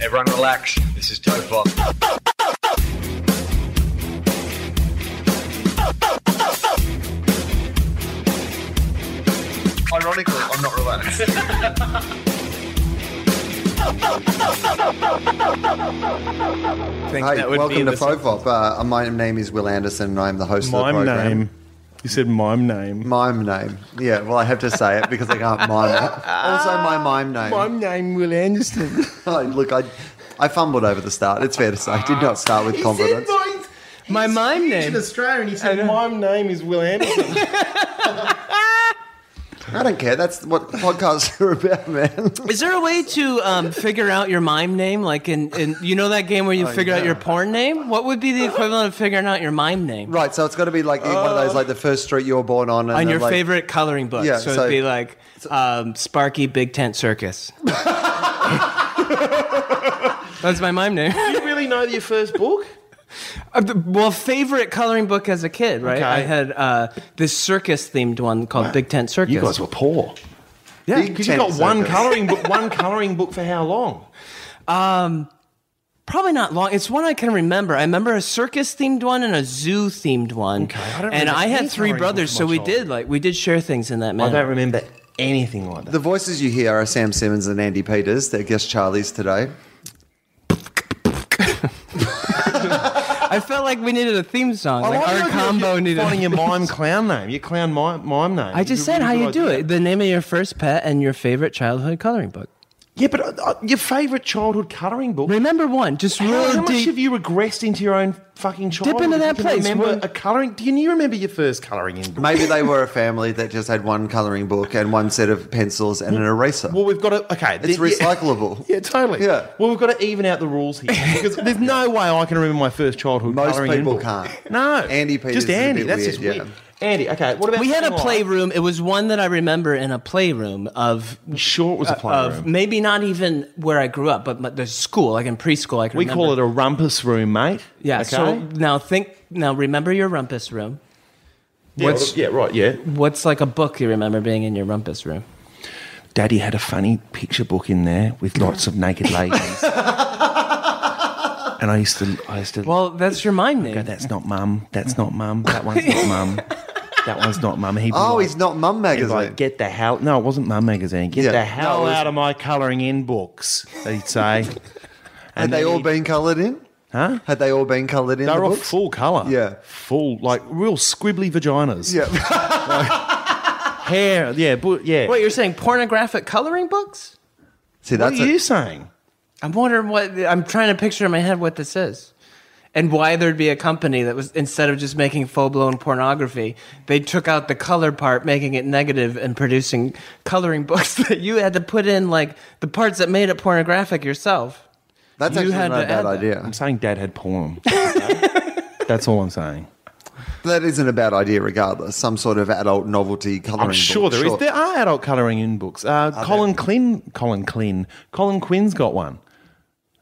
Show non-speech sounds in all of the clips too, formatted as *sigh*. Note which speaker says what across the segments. Speaker 1: Everyone relax. This is Topher. Ironically, I'm not relaxed.
Speaker 2: think
Speaker 3: Hey,
Speaker 2: that would
Speaker 3: welcome
Speaker 2: be
Speaker 3: to
Speaker 2: the-
Speaker 3: Fofop. Uh, my name is Will Anderson, and I'm the host
Speaker 2: Mime
Speaker 3: of the program.
Speaker 2: name. You said mime name.
Speaker 3: Mime name. Yeah, well, I have to say it because I can't mime it. Also,
Speaker 2: *laughs*
Speaker 3: my mime name.
Speaker 2: name Will Anderson.
Speaker 3: *laughs* Oh, Look, I, I fumbled over the start. It's fair to say. I did not start with confidence.
Speaker 4: My mime name.
Speaker 2: Australian. He said mime name is Will Anderson.
Speaker 3: I don't care. That's what podcasts are *laughs* about, man.
Speaker 4: Is there a way to um, figure out your mime name? Like in, in you know that game where you figure out
Speaker 3: yeah.
Speaker 4: your porn name? What would be the equivalent of figuring out your mime name?
Speaker 3: right, so it's got to be like one of those, like the first street you were born on. And
Speaker 4: On
Speaker 3: then,
Speaker 4: your
Speaker 3: like,
Speaker 4: favorite coloring book.
Speaker 3: Yeah,
Speaker 4: so,
Speaker 3: so-
Speaker 4: it'd be like um, Sparky Big Tent Circus. That's my mime
Speaker 2: *laughs*
Speaker 4: name.
Speaker 2: you really know your first book?
Speaker 4: Uh, the- Well, favorite coloring book as a kid, right?
Speaker 2: Okay.
Speaker 4: I had uh, this circus themed one called Big Tent Circus.
Speaker 2: You guys were poor. Yeah,
Speaker 3: Big
Speaker 2: because you got
Speaker 3: tent
Speaker 2: one
Speaker 3: circus.
Speaker 2: colouring book. One colouring book for how long?
Speaker 4: Probably not long. It's one I can remember. I remember a circus themed one and a zoo themed one.
Speaker 2: Okay, I don't
Speaker 4: and
Speaker 2: remember
Speaker 4: I
Speaker 2: any
Speaker 4: had three
Speaker 2: coloring
Speaker 4: brothers,
Speaker 2: book
Speaker 4: so
Speaker 2: much
Speaker 4: we
Speaker 2: older.
Speaker 4: did like we did share things in that
Speaker 2: I don't
Speaker 4: manner.
Speaker 2: remember anything like that.
Speaker 3: The voices you hear are Sam Simmons and Andy Peters. They're guest Charlies today.
Speaker 4: I felt like we needed a theme song.
Speaker 2: I
Speaker 4: like
Speaker 2: like
Speaker 4: our
Speaker 2: how you're
Speaker 4: combo
Speaker 2: just
Speaker 4: needed.
Speaker 2: finding
Speaker 4: *laughs*
Speaker 2: your mime clown name. Your clown mime, mime name.
Speaker 4: I just
Speaker 2: It's a
Speaker 4: said how
Speaker 2: really
Speaker 4: you
Speaker 2: good
Speaker 4: do
Speaker 2: idea.
Speaker 4: it. The name of your first pet and your favorite childhood coloring book.
Speaker 2: Yeah, but uh, uh, your favourite childhood colouring book.
Speaker 4: Remember one, just
Speaker 2: How, how
Speaker 4: real
Speaker 2: much
Speaker 4: deep.
Speaker 2: have you regressed into your own fucking childhood?
Speaker 4: into
Speaker 2: if you
Speaker 4: that
Speaker 2: can
Speaker 4: place.
Speaker 2: Remember
Speaker 4: Well-
Speaker 2: a colouring? Can you remember your first colouring in book?
Speaker 3: Maybe they were a family that just had one colouring book and one set of pencils and an eraser.
Speaker 2: Well, we've got to. Okay,
Speaker 3: It's
Speaker 2: *laughs* th- yeah.
Speaker 3: recyclable.
Speaker 2: Yeah, totally.
Speaker 3: Yeah.
Speaker 2: Well, we've got to even out the
Speaker 3: *laughs*
Speaker 2: rules here because there's no way I can remember my first childhood.
Speaker 3: Most
Speaker 2: colouring in
Speaker 3: people
Speaker 2: book.
Speaker 3: can't.
Speaker 2: No,
Speaker 3: Andy Peters
Speaker 2: Just
Speaker 3: is a
Speaker 2: Andy.
Speaker 3: bit
Speaker 2: That's
Speaker 3: weird,
Speaker 2: just weird.
Speaker 3: yeah.
Speaker 2: Andy. Okay. What about
Speaker 4: we had a
Speaker 2: something like-
Speaker 4: playroom. It was one that I remember in a playroom of
Speaker 2: I'm sure, it was a
Speaker 4: Uh, of
Speaker 2: playroom.
Speaker 4: maybe not even where I grew up, but, but the school, like in preschool. I can
Speaker 2: we
Speaker 4: remember.
Speaker 2: call it a rumpus room, mate.
Speaker 4: Yeah.
Speaker 2: Okay.
Speaker 4: So now think. Now remember your rumpus room.
Speaker 2: yeah,
Speaker 4: what's-
Speaker 2: yeah. Right. Yeah.
Speaker 4: What's like a book you remember being in your rumpus room?
Speaker 2: Daddy had a funny picture book in there with lots
Speaker 3: *laughs*
Speaker 2: of naked ladies. And I used to, I used to.
Speaker 4: Well, that's your mind name.
Speaker 2: go, that's not mum. That's not mum. That one's not mum. That one's not mum. He'd be
Speaker 3: Oh,
Speaker 2: like-
Speaker 3: he's not Mum
Speaker 2: he'd be
Speaker 3: magazine.
Speaker 2: like, get the hell. No, it wasn't mum magazine. Get
Speaker 3: Yeah.
Speaker 2: the
Speaker 3: No,
Speaker 2: hell
Speaker 3: it was-
Speaker 2: out of my colouring in books.
Speaker 3: *laughs*
Speaker 2: He'd say. and
Speaker 3: Had they
Speaker 2: then
Speaker 3: all
Speaker 2: he'd-
Speaker 3: been coloured in?
Speaker 2: Huh?
Speaker 3: Had they all been coloured in?
Speaker 2: They
Speaker 3: the
Speaker 2: were all
Speaker 3: books?
Speaker 2: full colour.
Speaker 3: Yeah.
Speaker 2: Full, like real squibbly vaginas.
Speaker 3: Yeah. *laughs*
Speaker 2: Hair. Yeah. But yeah.
Speaker 4: Wait, you're saying pornographic coloring books?
Speaker 3: See,
Speaker 2: what are
Speaker 3: that's
Speaker 2: you
Speaker 3: it.
Speaker 2: saying?
Speaker 4: I'm wondering what I'm trying to picture in my head what this is. And why there'd be a company that was instead of just making full blown pornography, they took out the color part, making it negative and producing coloring *laughs* books that you had to put in like the parts that made it pornographic yourself.
Speaker 3: That's
Speaker 4: You
Speaker 3: actually
Speaker 4: had
Speaker 3: not a
Speaker 4: to
Speaker 3: bad
Speaker 4: add that.
Speaker 3: idea.
Speaker 2: I'm saying dad
Speaker 3: *laughs*
Speaker 2: had porn. that's all I'm saying.
Speaker 3: That isn't a bad idea, regardless. Some sort of adult novelty colouring.
Speaker 2: I'm sure
Speaker 3: book,
Speaker 2: there is. There are adult colouring in books. Uh, Colin Quinn, Colin Quinn, Colin Quinn's got one.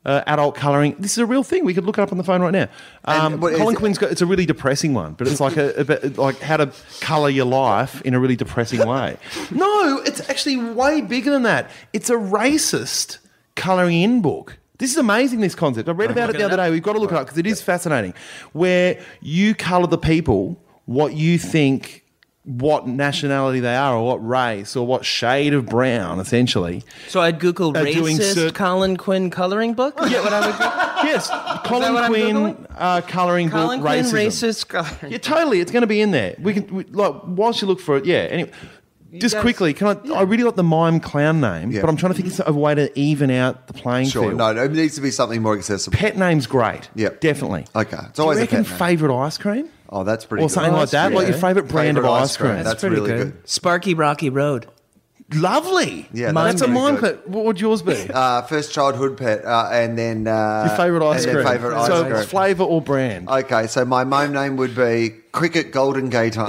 Speaker 2: Uh, adult colouring. This is a real thing. We could look it up on the phone right now. Um,
Speaker 3: And what is
Speaker 2: Colin
Speaker 3: it-
Speaker 2: Quinn's got. It's a really depressing one, but it's like a, a bit, like how to colour your life in a really depressing way. *laughs* no, it's actually way bigger than that. It's a racist colouring in book. This is amazing. This concept. I read about it the other day. We've got to look it up because it is fascinating. Where you colour the people what you think what nationality they are or what race or what shade of brown essentially
Speaker 4: So I'd Google
Speaker 2: Uh, doing
Speaker 4: racist
Speaker 2: cert-
Speaker 4: Colin Quinn coloring book. Is that what I would
Speaker 2: *laughs*
Speaker 4: Google? *laughs*
Speaker 2: yes colin
Speaker 4: what I'm
Speaker 2: quinn
Speaker 4: Googling?
Speaker 2: uh, colouring
Speaker 4: Colin
Speaker 2: book
Speaker 4: Quinn
Speaker 2: racism.
Speaker 4: racist coloring.
Speaker 2: yeah totally it's going to be in there we can we, like whilst you look for it yeah anyway just
Speaker 4: guys-
Speaker 2: quickly can i i really like the mime clown name
Speaker 3: Yeah.
Speaker 2: but i'm trying to think of a way to even out the playing
Speaker 3: Sure.
Speaker 2: field
Speaker 3: No, no, it needs to be something more accessible.
Speaker 2: pet name's great
Speaker 3: Yeah.
Speaker 2: definitely
Speaker 3: Okay. It's always
Speaker 2: Do you
Speaker 3: a pet
Speaker 2: reckon
Speaker 3: name.
Speaker 2: favorite ice cream
Speaker 3: Oh, that's pretty.
Speaker 2: or
Speaker 3: good.
Speaker 2: something like that like your favorite brand
Speaker 3: Favourite
Speaker 2: of ice cream,
Speaker 3: That's, really good.
Speaker 4: Sparky Rocky Road.
Speaker 2: lovely.
Speaker 3: Yeah,
Speaker 2: that's,
Speaker 3: that's
Speaker 2: a
Speaker 3: pretty
Speaker 2: mind
Speaker 3: good.
Speaker 2: pet. What would
Speaker 3: *laughs*
Speaker 2: yours be?
Speaker 3: Uh, first childhood pet, uh, and then uh,
Speaker 2: Your favourite ice
Speaker 3: and
Speaker 2: cream.
Speaker 3: Then favorite ice
Speaker 2: so
Speaker 3: cream.
Speaker 2: flavour or brand?
Speaker 3: okay, so my mome name would be Cricket Golden
Speaker 2: *laughs*
Speaker 3: Gator.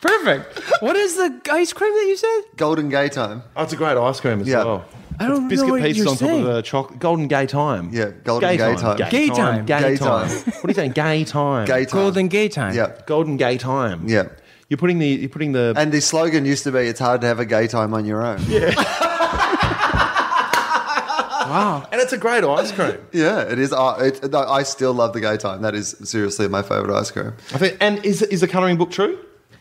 Speaker 4: Perfect. What is the ice cream that you said?
Speaker 3: Golden Gay time.
Speaker 2: Oh, it's a great ice cream as
Speaker 3: Yeah.
Speaker 2: well.
Speaker 4: I don't
Speaker 2: Biscuit
Speaker 4: know what
Speaker 2: pieces
Speaker 4: you're
Speaker 2: on top
Speaker 4: saying.
Speaker 2: of a chocolate. Golden gay time.
Speaker 3: Yeah, golden gay time.
Speaker 4: Gay time.
Speaker 2: Gay,
Speaker 3: Gay time.
Speaker 2: time. *laughs* what are you saying? Gay time.
Speaker 3: Gay time.
Speaker 4: Golden Gay Time.
Speaker 3: Yeah.
Speaker 2: Golden gay time.
Speaker 3: Yeah.
Speaker 2: You're putting the you're putting the
Speaker 3: And the slogan used to be, "It's hard to have a gay time on your own." Yeah,
Speaker 2: and it's a great ice cream.
Speaker 3: it is. Uh, it, no, I still love the gay time. That is seriously my favorite ice cream.
Speaker 2: I think. And is is the colouring book true?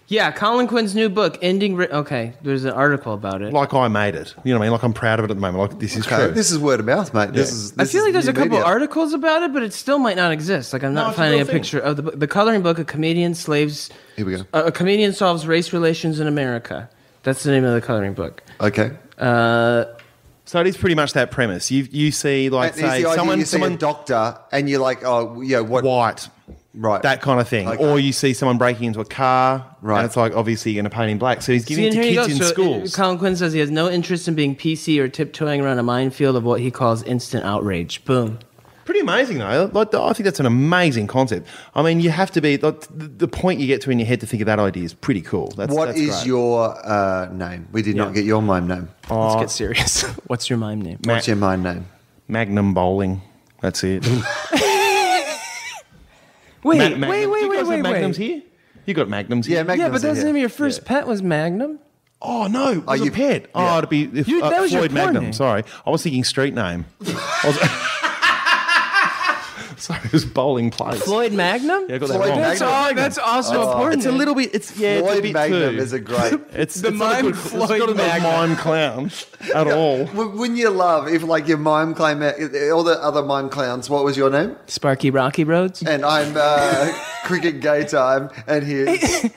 Speaker 4: Yeah, Colin Quinn's new book, Ending. Ri- okay, there's an article about it.
Speaker 2: Like I made it. You know what I mean? Like I'm proud of it at the moment. Like this is
Speaker 3: Okay,
Speaker 2: true.
Speaker 3: this is word of mouth, mate. This
Speaker 2: Yeah.
Speaker 3: is.
Speaker 4: I
Speaker 3: This
Speaker 4: feel
Speaker 3: is
Speaker 4: like there's
Speaker 3: new
Speaker 4: a couple
Speaker 3: media.
Speaker 4: articles about it, but it still might not exist. Like I'm
Speaker 2: No,
Speaker 4: not
Speaker 2: it's a
Speaker 4: finding
Speaker 2: real
Speaker 4: a
Speaker 2: thing.
Speaker 4: picture of the book. The coloring book, A Comedian Slaves. uh,
Speaker 3: Here we go.
Speaker 4: A, a Comedian Solves Race Relations in America. That's the name of the coloring book.
Speaker 3: Okay.
Speaker 4: Uh,
Speaker 2: so it is pretty much that premise. You you see like
Speaker 3: And it's the
Speaker 2: say
Speaker 3: idea
Speaker 2: someone
Speaker 3: you see
Speaker 2: someone
Speaker 3: a doctor, and you're like, "Oh, yeah, what?"
Speaker 2: white.
Speaker 3: Right.
Speaker 2: That kind of thing,
Speaker 3: Okay.
Speaker 2: or you see someone breaking into a car,
Speaker 3: Right.
Speaker 2: And it's like obviously in a paint in black. So he's
Speaker 4: See,
Speaker 2: giving it
Speaker 4: and
Speaker 2: to
Speaker 4: here you go.
Speaker 2: kids in
Speaker 4: so uh,
Speaker 2: schools.
Speaker 4: Colin Quinn says he has no interest in being PC or tiptoeing around a minefield of what he calls instant outrage. Boom.
Speaker 2: Pretty amazing though. Like, I think that's an amazing concept. I mean, you have to be like, the, the point you get to in your head to think of that idea is pretty cool. That's
Speaker 3: What
Speaker 2: that's
Speaker 3: is
Speaker 2: great.
Speaker 3: your uh, name? We did
Speaker 2: Yeah. Oh,
Speaker 3: not get your mime name.
Speaker 4: Let's get serious. *laughs* What's your mime name?
Speaker 3: What's your mime name?
Speaker 2: Magnum bowling?
Speaker 3: *laughs*
Speaker 2: That's it.
Speaker 4: Wait,
Speaker 2: Ma-
Speaker 4: wait,
Speaker 2: Magnum.
Speaker 4: wait,
Speaker 2: Do
Speaker 4: wait,
Speaker 2: you guys
Speaker 4: wait,
Speaker 2: have
Speaker 4: wait.
Speaker 2: Magnums here. You got Magnums
Speaker 3: Yeah,
Speaker 2: here.
Speaker 3: Magnum.
Speaker 4: Yeah, but that's the name of your first pet was Magnum.
Speaker 2: Oh no, it was
Speaker 3: you-
Speaker 2: a pet. Oh,
Speaker 3: yeah.
Speaker 2: it'd be if,
Speaker 4: You-
Speaker 2: uh,
Speaker 4: that was your
Speaker 2: Floyd
Speaker 4: porn
Speaker 2: Magnum.
Speaker 4: name.
Speaker 2: Sorry, I was thinking
Speaker 3: *laughs*
Speaker 2: street name. I was, *laughs* sorry, it was bowling place.
Speaker 4: Floyd Magnum.
Speaker 2: Yeah, I got that
Speaker 3: Floyd
Speaker 2: wrong.
Speaker 4: that's,
Speaker 3: Magnum.
Speaker 4: all, that's also important.
Speaker 2: It's a little bit. It's yeah. it's a
Speaker 3: Floyd
Speaker 2: bit
Speaker 3: Magnum
Speaker 2: too-
Speaker 3: is a great. *laughs*
Speaker 2: It's
Speaker 4: The
Speaker 2: it's not a
Speaker 4: mime
Speaker 2: good, it's
Speaker 4: Floyd
Speaker 2: not a good
Speaker 4: Magnum.
Speaker 2: mime clown at all.
Speaker 3: W- Wouldn't you love if, like, your mime clown, all the other mime clowns, what was your name?
Speaker 4: Sparky Rocky Roads.
Speaker 3: And I'm uh, Cricket Gay Time, and here's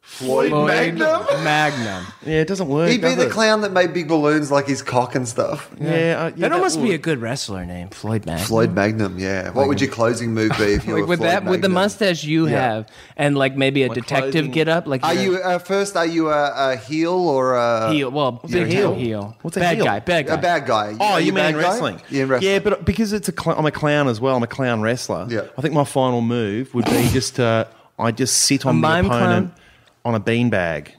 Speaker 3: Floyd Magnum.
Speaker 4: *laughs* Magnum.
Speaker 2: Yeah, uh, it doesn't work.
Speaker 3: He'd be
Speaker 2: does
Speaker 3: the
Speaker 2: it?
Speaker 3: clown that made big balloons like his cock and stuff.
Speaker 2: Yeah, uh, yeah
Speaker 4: that almost be a
Speaker 2: would.
Speaker 4: good wrestler name, Floyd Magnum.
Speaker 3: Floyd Magnum, yeah. What would your closing move be if you were
Speaker 4: Like with
Speaker 3: Floyd
Speaker 4: that, with the
Speaker 3: Magnum?
Speaker 4: mustache you have, and like maybe a detective
Speaker 2: clothing-
Speaker 4: get up, like
Speaker 3: Are
Speaker 4: you're
Speaker 3: you uh, first? Are you a, a heel or a
Speaker 4: heel? Well, big
Speaker 2: heel?
Speaker 4: heel. heel.
Speaker 2: What's a
Speaker 4: bad
Speaker 2: heel?
Speaker 4: guy? Bad guy.
Speaker 3: A bad guy.
Speaker 2: Oh,
Speaker 3: Are
Speaker 2: you, mean
Speaker 3: bad
Speaker 2: in
Speaker 3: guy?
Speaker 2: wrestling?
Speaker 3: Yeah, in wrestling.
Speaker 2: Yeah, but because it's a cl- I'm a clown as well. I'm a clown wrestler.
Speaker 3: Yeah.
Speaker 2: I think my final move would be just uh, I just sit on my
Speaker 4: mime
Speaker 2: opponent on a beanbag.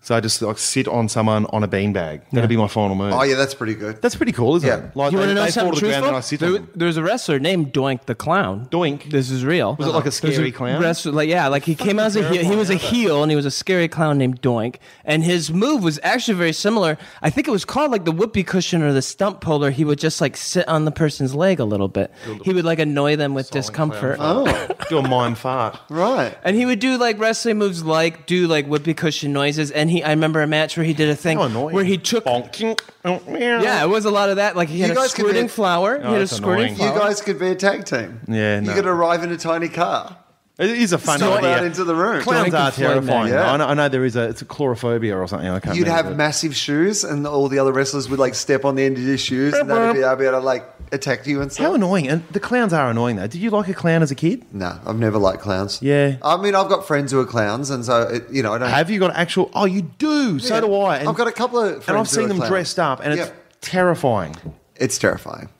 Speaker 2: So I just like sit on someone on a beanbag. That'd be my final move.
Speaker 3: Oh, yeah, that's pretty good.
Speaker 2: That's pretty cool, isn't
Speaker 3: Yeah.
Speaker 2: it? Like
Speaker 4: You want
Speaker 2: they,
Speaker 4: to know
Speaker 2: they fall
Speaker 4: something
Speaker 2: to the ground and I sit
Speaker 4: truthful? There,
Speaker 2: on them.
Speaker 4: there's a wrestler named Doink the Clown.
Speaker 2: Doink?
Speaker 4: This is real.
Speaker 2: Was it like a
Speaker 4: There's
Speaker 2: scary clown?
Speaker 4: Wrestler, like, yeah, like he came out as a heel. He
Speaker 2: terrifying,
Speaker 4: was a
Speaker 2: isn't it?
Speaker 4: heel and he was a scary clown named Doink. And his move was actually very similar. I think it was called like the whoopee cushion or the stump puller. He would just like sit on the person's leg a little bit. He would like annoy them with discomfort.
Speaker 3: Oh,
Speaker 2: Do a mime fart.
Speaker 3: right.
Speaker 4: And he would do like wrestling moves, like do like whoopee cushion noises. And he, I remember a match where he did a thing
Speaker 2: How annoying.
Speaker 4: where he took.
Speaker 2: Bonk.
Speaker 4: Yeah,
Speaker 2: Yeah.
Speaker 4: it was a lot of that. Like he had
Speaker 3: You
Speaker 4: a
Speaker 3: guys could be-
Speaker 4: squirting flower. he had a
Speaker 2: that's
Speaker 4: squirting
Speaker 2: annoying.
Speaker 3: You
Speaker 4: flower.
Speaker 3: guys could be a tag team.
Speaker 2: Yeah,
Speaker 3: You
Speaker 2: no.
Speaker 3: could arrive in a tiny car.
Speaker 2: It is a fun
Speaker 3: Stomp out
Speaker 2: idea.
Speaker 3: into the room.
Speaker 2: Clowns
Speaker 4: Doink
Speaker 2: are
Speaker 4: and Floyd
Speaker 2: terrifying.
Speaker 3: Magnum.
Speaker 2: though. I, know, I know there is a it's a chlorophobia or something. I can't.
Speaker 3: You'd
Speaker 2: remember,
Speaker 3: have
Speaker 2: but-
Speaker 3: massive shoes, and all the other wrestlers would like step on the end of your shoes, and that'd
Speaker 4: *laughs*
Speaker 3: be, I'd be able to like attack you and stuff.
Speaker 2: How annoying! And the clowns are annoying though. Did you like a clown as a kid?
Speaker 3: No, I've never liked clowns.
Speaker 2: Yeah.
Speaker 3: I mean, I've got friends who are clowns, and so it, you know, I don't.
Speaker 2: Have you got actual? Oh, you do. So
Speaker 3: Yeah.
Speaker 2: do I. And,
Speaker 3: I've got a couple of friends
Speaker 2: and I've
Speaker 3: who
Speaker 2: seen
Speaker 3: are
Speaker 2: them
Speaker 3: clowns.
Speaker 2: dressed up, and it's
Speaker 3: Yep.
Speaker 2: terrifying.
Speaker 3: it's terrifying.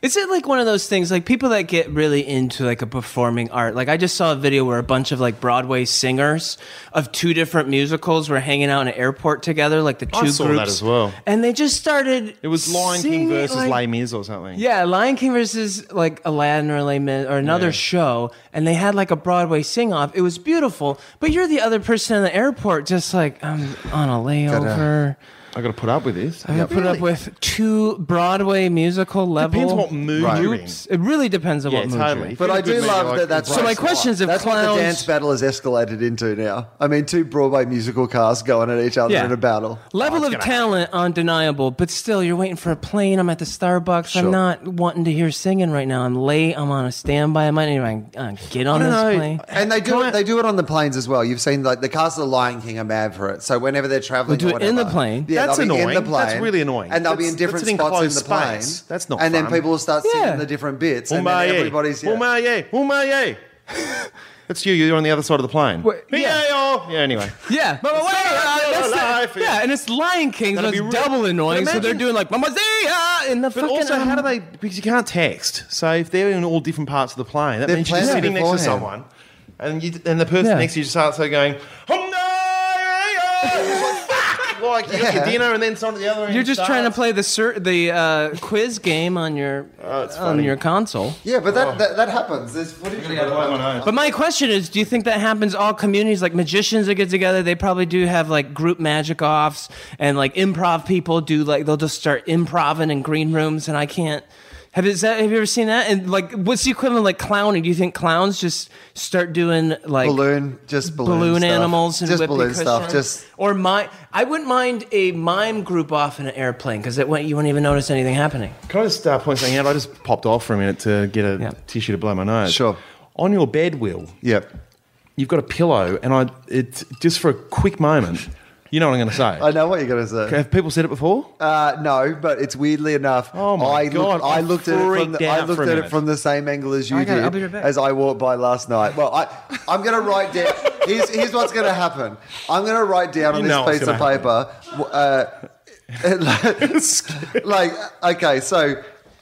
Speaker 4: Is it like one of those things, like people that get really into like a performing art? Like I just saw a video where a bunch of like Broadway singers of two different musicals were hanging out in an airport together, like the two
Speaker 2: I saw that
Speaker 4: groups
Speaker 2: as well.
Speaker 4: and they just started.
Speaker 2: It was Lion King
Speaker 4: singing,
Speaker 2: versus
Speaker 4: like-
Speaker 2: Les Mis or something.
Speaker 4: Yeah, Lion King versus like Aladdin or Les Mis or another show, and they had like a Broadway sing off. It was beautiful, but you're the other person in the airport, just like I'm on a layover.
Speaker 2: I got to put up with this.
Speaker 4: I got put up with two Broadway musical level.
Speaker 2: Depends what mood
Speaker 3: Right.
Speaker 2: you're in.
Speaker 4: Oops. It really depends on
Speaker 2: Yeah,
Speaker 4: what mood
Speaker 2: totally.
Speaker 4: you're
Speaker 3: But I
Speaker 2: Feel
Speaker 3: do
Speaker 2: good,
Speaker 3: love
Speaker 2: maybe,
Speaker 3: that.
Speaker 2: like,
Speaker 3: That's
Speaker 4: So my
Speaker 3: what-
Speaker 4: question is if
Speaker 3: that's what
Speaker 4: clowns-
Speaker 3: the dance battle has escalated into now. I mean, two Broadway musical cars going at each other
Speaker 4: Yeah.
Speaker 3: in a battle.
Speaker 4: in. Level of talent undeniable, but still, you're waiting for a plane. I'm at the Starbucks. I'm
Speaker 3: Sure.
Speaker 4: not wanting to hear singing right now. I'm late. I'm on a standby. I might need to uh, get on
Speaker 2: I
Speaker 4: this
Speaker 2: don't know.
Speaker 4: plane.
Speaker 3: And they do
Speaker 2: Can I-
Speaker 3: it, they do it on the planes as well. You've seen like the cast of the Lion King are mad for it. So whenever they're traveling,
Speaker 4: They'll do
Speaker 3: or
Speaker 4: it in the
Speaker 3: whatever-
Speaker 4: plane.
Speaker 3: Yeah,
Speaker 2: That's
Speaker 3: they'll be
Speaker 2: annoying.
Speaker 3: In the plane,
Speaker 2: That's really annoying.
Speaker 3: And they'll be
Speaker 2: That's-
Speaker 3: in different
Speaker 2: that's an
Speaker 3: spots in the
Speaker 2: enclosed
Speaker 3: plane.
Speaker 2: space. That's not
Speaker 3: And then
Speaker 2: fun.
Speaker 3: people will start singing
Speaker 4: Yeah.
Speaker 3: the different bits, and then
Speaker 2: Umaye.
Speaker 3: everybody's yeah.
Speaker 2: Umaye. Umaye. That's you. You're on the other side of the plane.
Speaker 4: Wait,
Speaker 2: yeah.
Speaker 4: yeah.
Speaker 2: oh.
Speaker 3: *laughs*
Speaker 2: yeah. Anyway.
Speaker 4: Yeah, Mama
Speaker 2: Sorry, I'm still
Speaker 4: that's the-
Speaker 2: alive.
Speaker 4: yeah, and it's Lion King, so
Speaker 2: That'd
Speaker 4: it's
Speaker 2: be real-
Speaker 4: double annoying.
Speaker 2: But
Speaker 4: so they're
Speaker 2: imagine-
Speaker 4: doing like Mama Zia in the
Speaker 2: But
Speaker 4: fucking.
Speaker 2: also, how
Speaker 4: um,
Speaker 2: do they? Because you can't text. So if they're in all different parts of the plane, that
Speaker 3: They're
Speaker 2: means you're just
Speaker 3: planning
Speaker 2: sitting next to
Speaker 3: beforehand.
Speaker 2: someone, and you, and the person
Speaker 4: Yeah.
Speaker 2: next to you just starts like going, "Oh no!" yeah, yeah." It's like, fuck! Like you got your
Speaker 3: Yeah.
Speaker 2: dinner, and then someone at the other end.
Speaker 4: You're just trying to
Speaker 2: starts.
Speaker 4: play the sur- the uh, quiz game on your
Speaker 2: Oh, it's
Speaker 4: on
Speaker 2: funny.
Speaker 4: your console.
Speaker 3: Yeah, but that, that, that happens. There's footage of
Speaker 2: Blow
Speaker 3: that.
Speaker 2: my nose.
Speaker 4: But my question is, do you think that happens all communities like magicians that get together, they probably do have like group magic offs and like improv people do like they'll just start improving in green rooms and I can't have is that have you ever seen that? And like what's the equivalent of, like clowning? Do you think clowns just start doing like
Speaker 3: Balloon, just balloon,
Speaker 4: balloon,
Speaker 3: stuff.
Speaker 4: animals and
Speaker 3: just
Speaker 4: whippy
Speaker 3: balloon stuff.
Speaker 4: cushion.
Speaker 3: Just
Speaker 4: or my I wouldn't mind a mime group off in an airplane because it won't you won't even notice anything happening.
Speaker 2: Can I just uh, point something out? I just popped off for a minute to get a
Speaker 4: Yeah.
Speaker 2: tissue to blow my nose.
Speaker 3: Sure.
Speaker 2: On your bed, Will,
Speaker 3: yep.
Speaker 2: you've got a pillow, and I it's just for a quick moment. You know what I'm going to say.
Speaker 3: I know what you're gonna say.
Speaker 2: Have people said it before?
Speaker 3: Uh, no, but it's weirdly enough.
Speaker 2: Oh my
Speaker 3: I
Speaker 2: God,
Speaker 3: Looked, I
Speaker 2: I
Speaker 3: looked at it from
Speaker 2: freaked
Speaker 3: the, I
Speaker 2: out
Speaker 3: looked
Speaker 2: for a
Speaker 3: at it
Speaker 2: minute.
Speaker 3: from the same angle as you
Speaker 4: I got it.
Speaker 3: did
Speaker 4: I'll be right back.
Speaker 3: as I walked by last night. Well, I I'm gonna write down. here's, here's what's gonna happen. I'm gonna write down on
Speaker 2: You know
Speaker 3: this piece
Speaker 2: what's
Speaker 3: of
Speaker 2: gonna
Speaker 3: paper. w- Uh, *laughs* like okay, so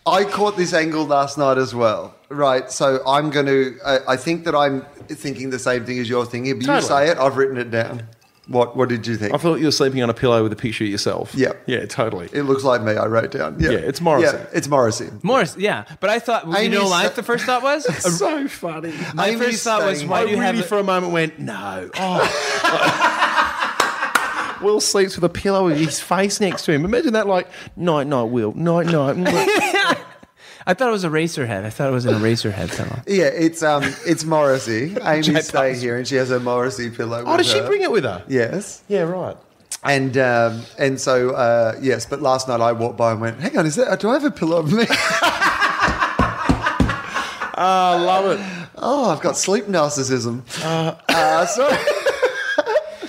Speaker 3: I caught this angle last night as well. Right, so I'm going to. I, I think that I'm thinking the same thing as you're thinking, but you
Speaker 2: Totally.
Speaker 3: say it. I've written it down. What What did you think?
Speaker 2: I thought you were sleeping on a pillow with a picture of yourself.
Speaker 3: Yeah.
Speaker 2: Yeah, totally.
Speaker 3: It looks like me. I wrote down. Yeah,
Speaker 2: Yeah, it's Morrissey.
Speaker 3: Yeah, it's Morrissey.
Speaker 4: Morris, yeah, but I thought you
Speaker 3: Amy's-
Speaker 4: know like the first thought was
Speaker 3: *laughs*
Speaker 2: so funny.
Speaker 4: my
Speaker 3: Amy's
Speaker 4: first thought was
Speaker 3: saying-
Speaker 4: why
Speaker 2: I
Speaker 4: do you
Speaker 2: really,
Speaker 4: have
Speaker 2: for a moment, went no. Oh. *laughs* Will sleeps with a pillow with his face next to him. Imagine that, like night, night, Will, night, *laughs* night.
Speaker 4: I thought it was a racer head. I thought it was an eraser head pillow.
Speaker 3: Yeah, it's um, it's
Speaker 2: *laughs*
Speaker 3: Morrissey. Amy's staying
Speaker 2: Pump's-
Speaker 3: here, and she has a Morrissey pillow.
Speaker 2: oh,
Speaker 3: with
Speaker 2: did she
Speaker 3: her.
Speaker 2: bring it with her?
Speaker 3: Yes,
Speaker 2: Yeah, right.
Speaker 3: and um, and so uh, yes, but last night I walked by and went, "Hang on, is that? Do I have a pillow of
Speaker 2: *laughs*
Speaker 3: me?
Speaker 2: Ah, I love it.
Speaker 3: oh, I've got sleep narcissism." Uh,
Speaker 2: *laughs*
Speaker 3: so
Speaker 4: *laughs*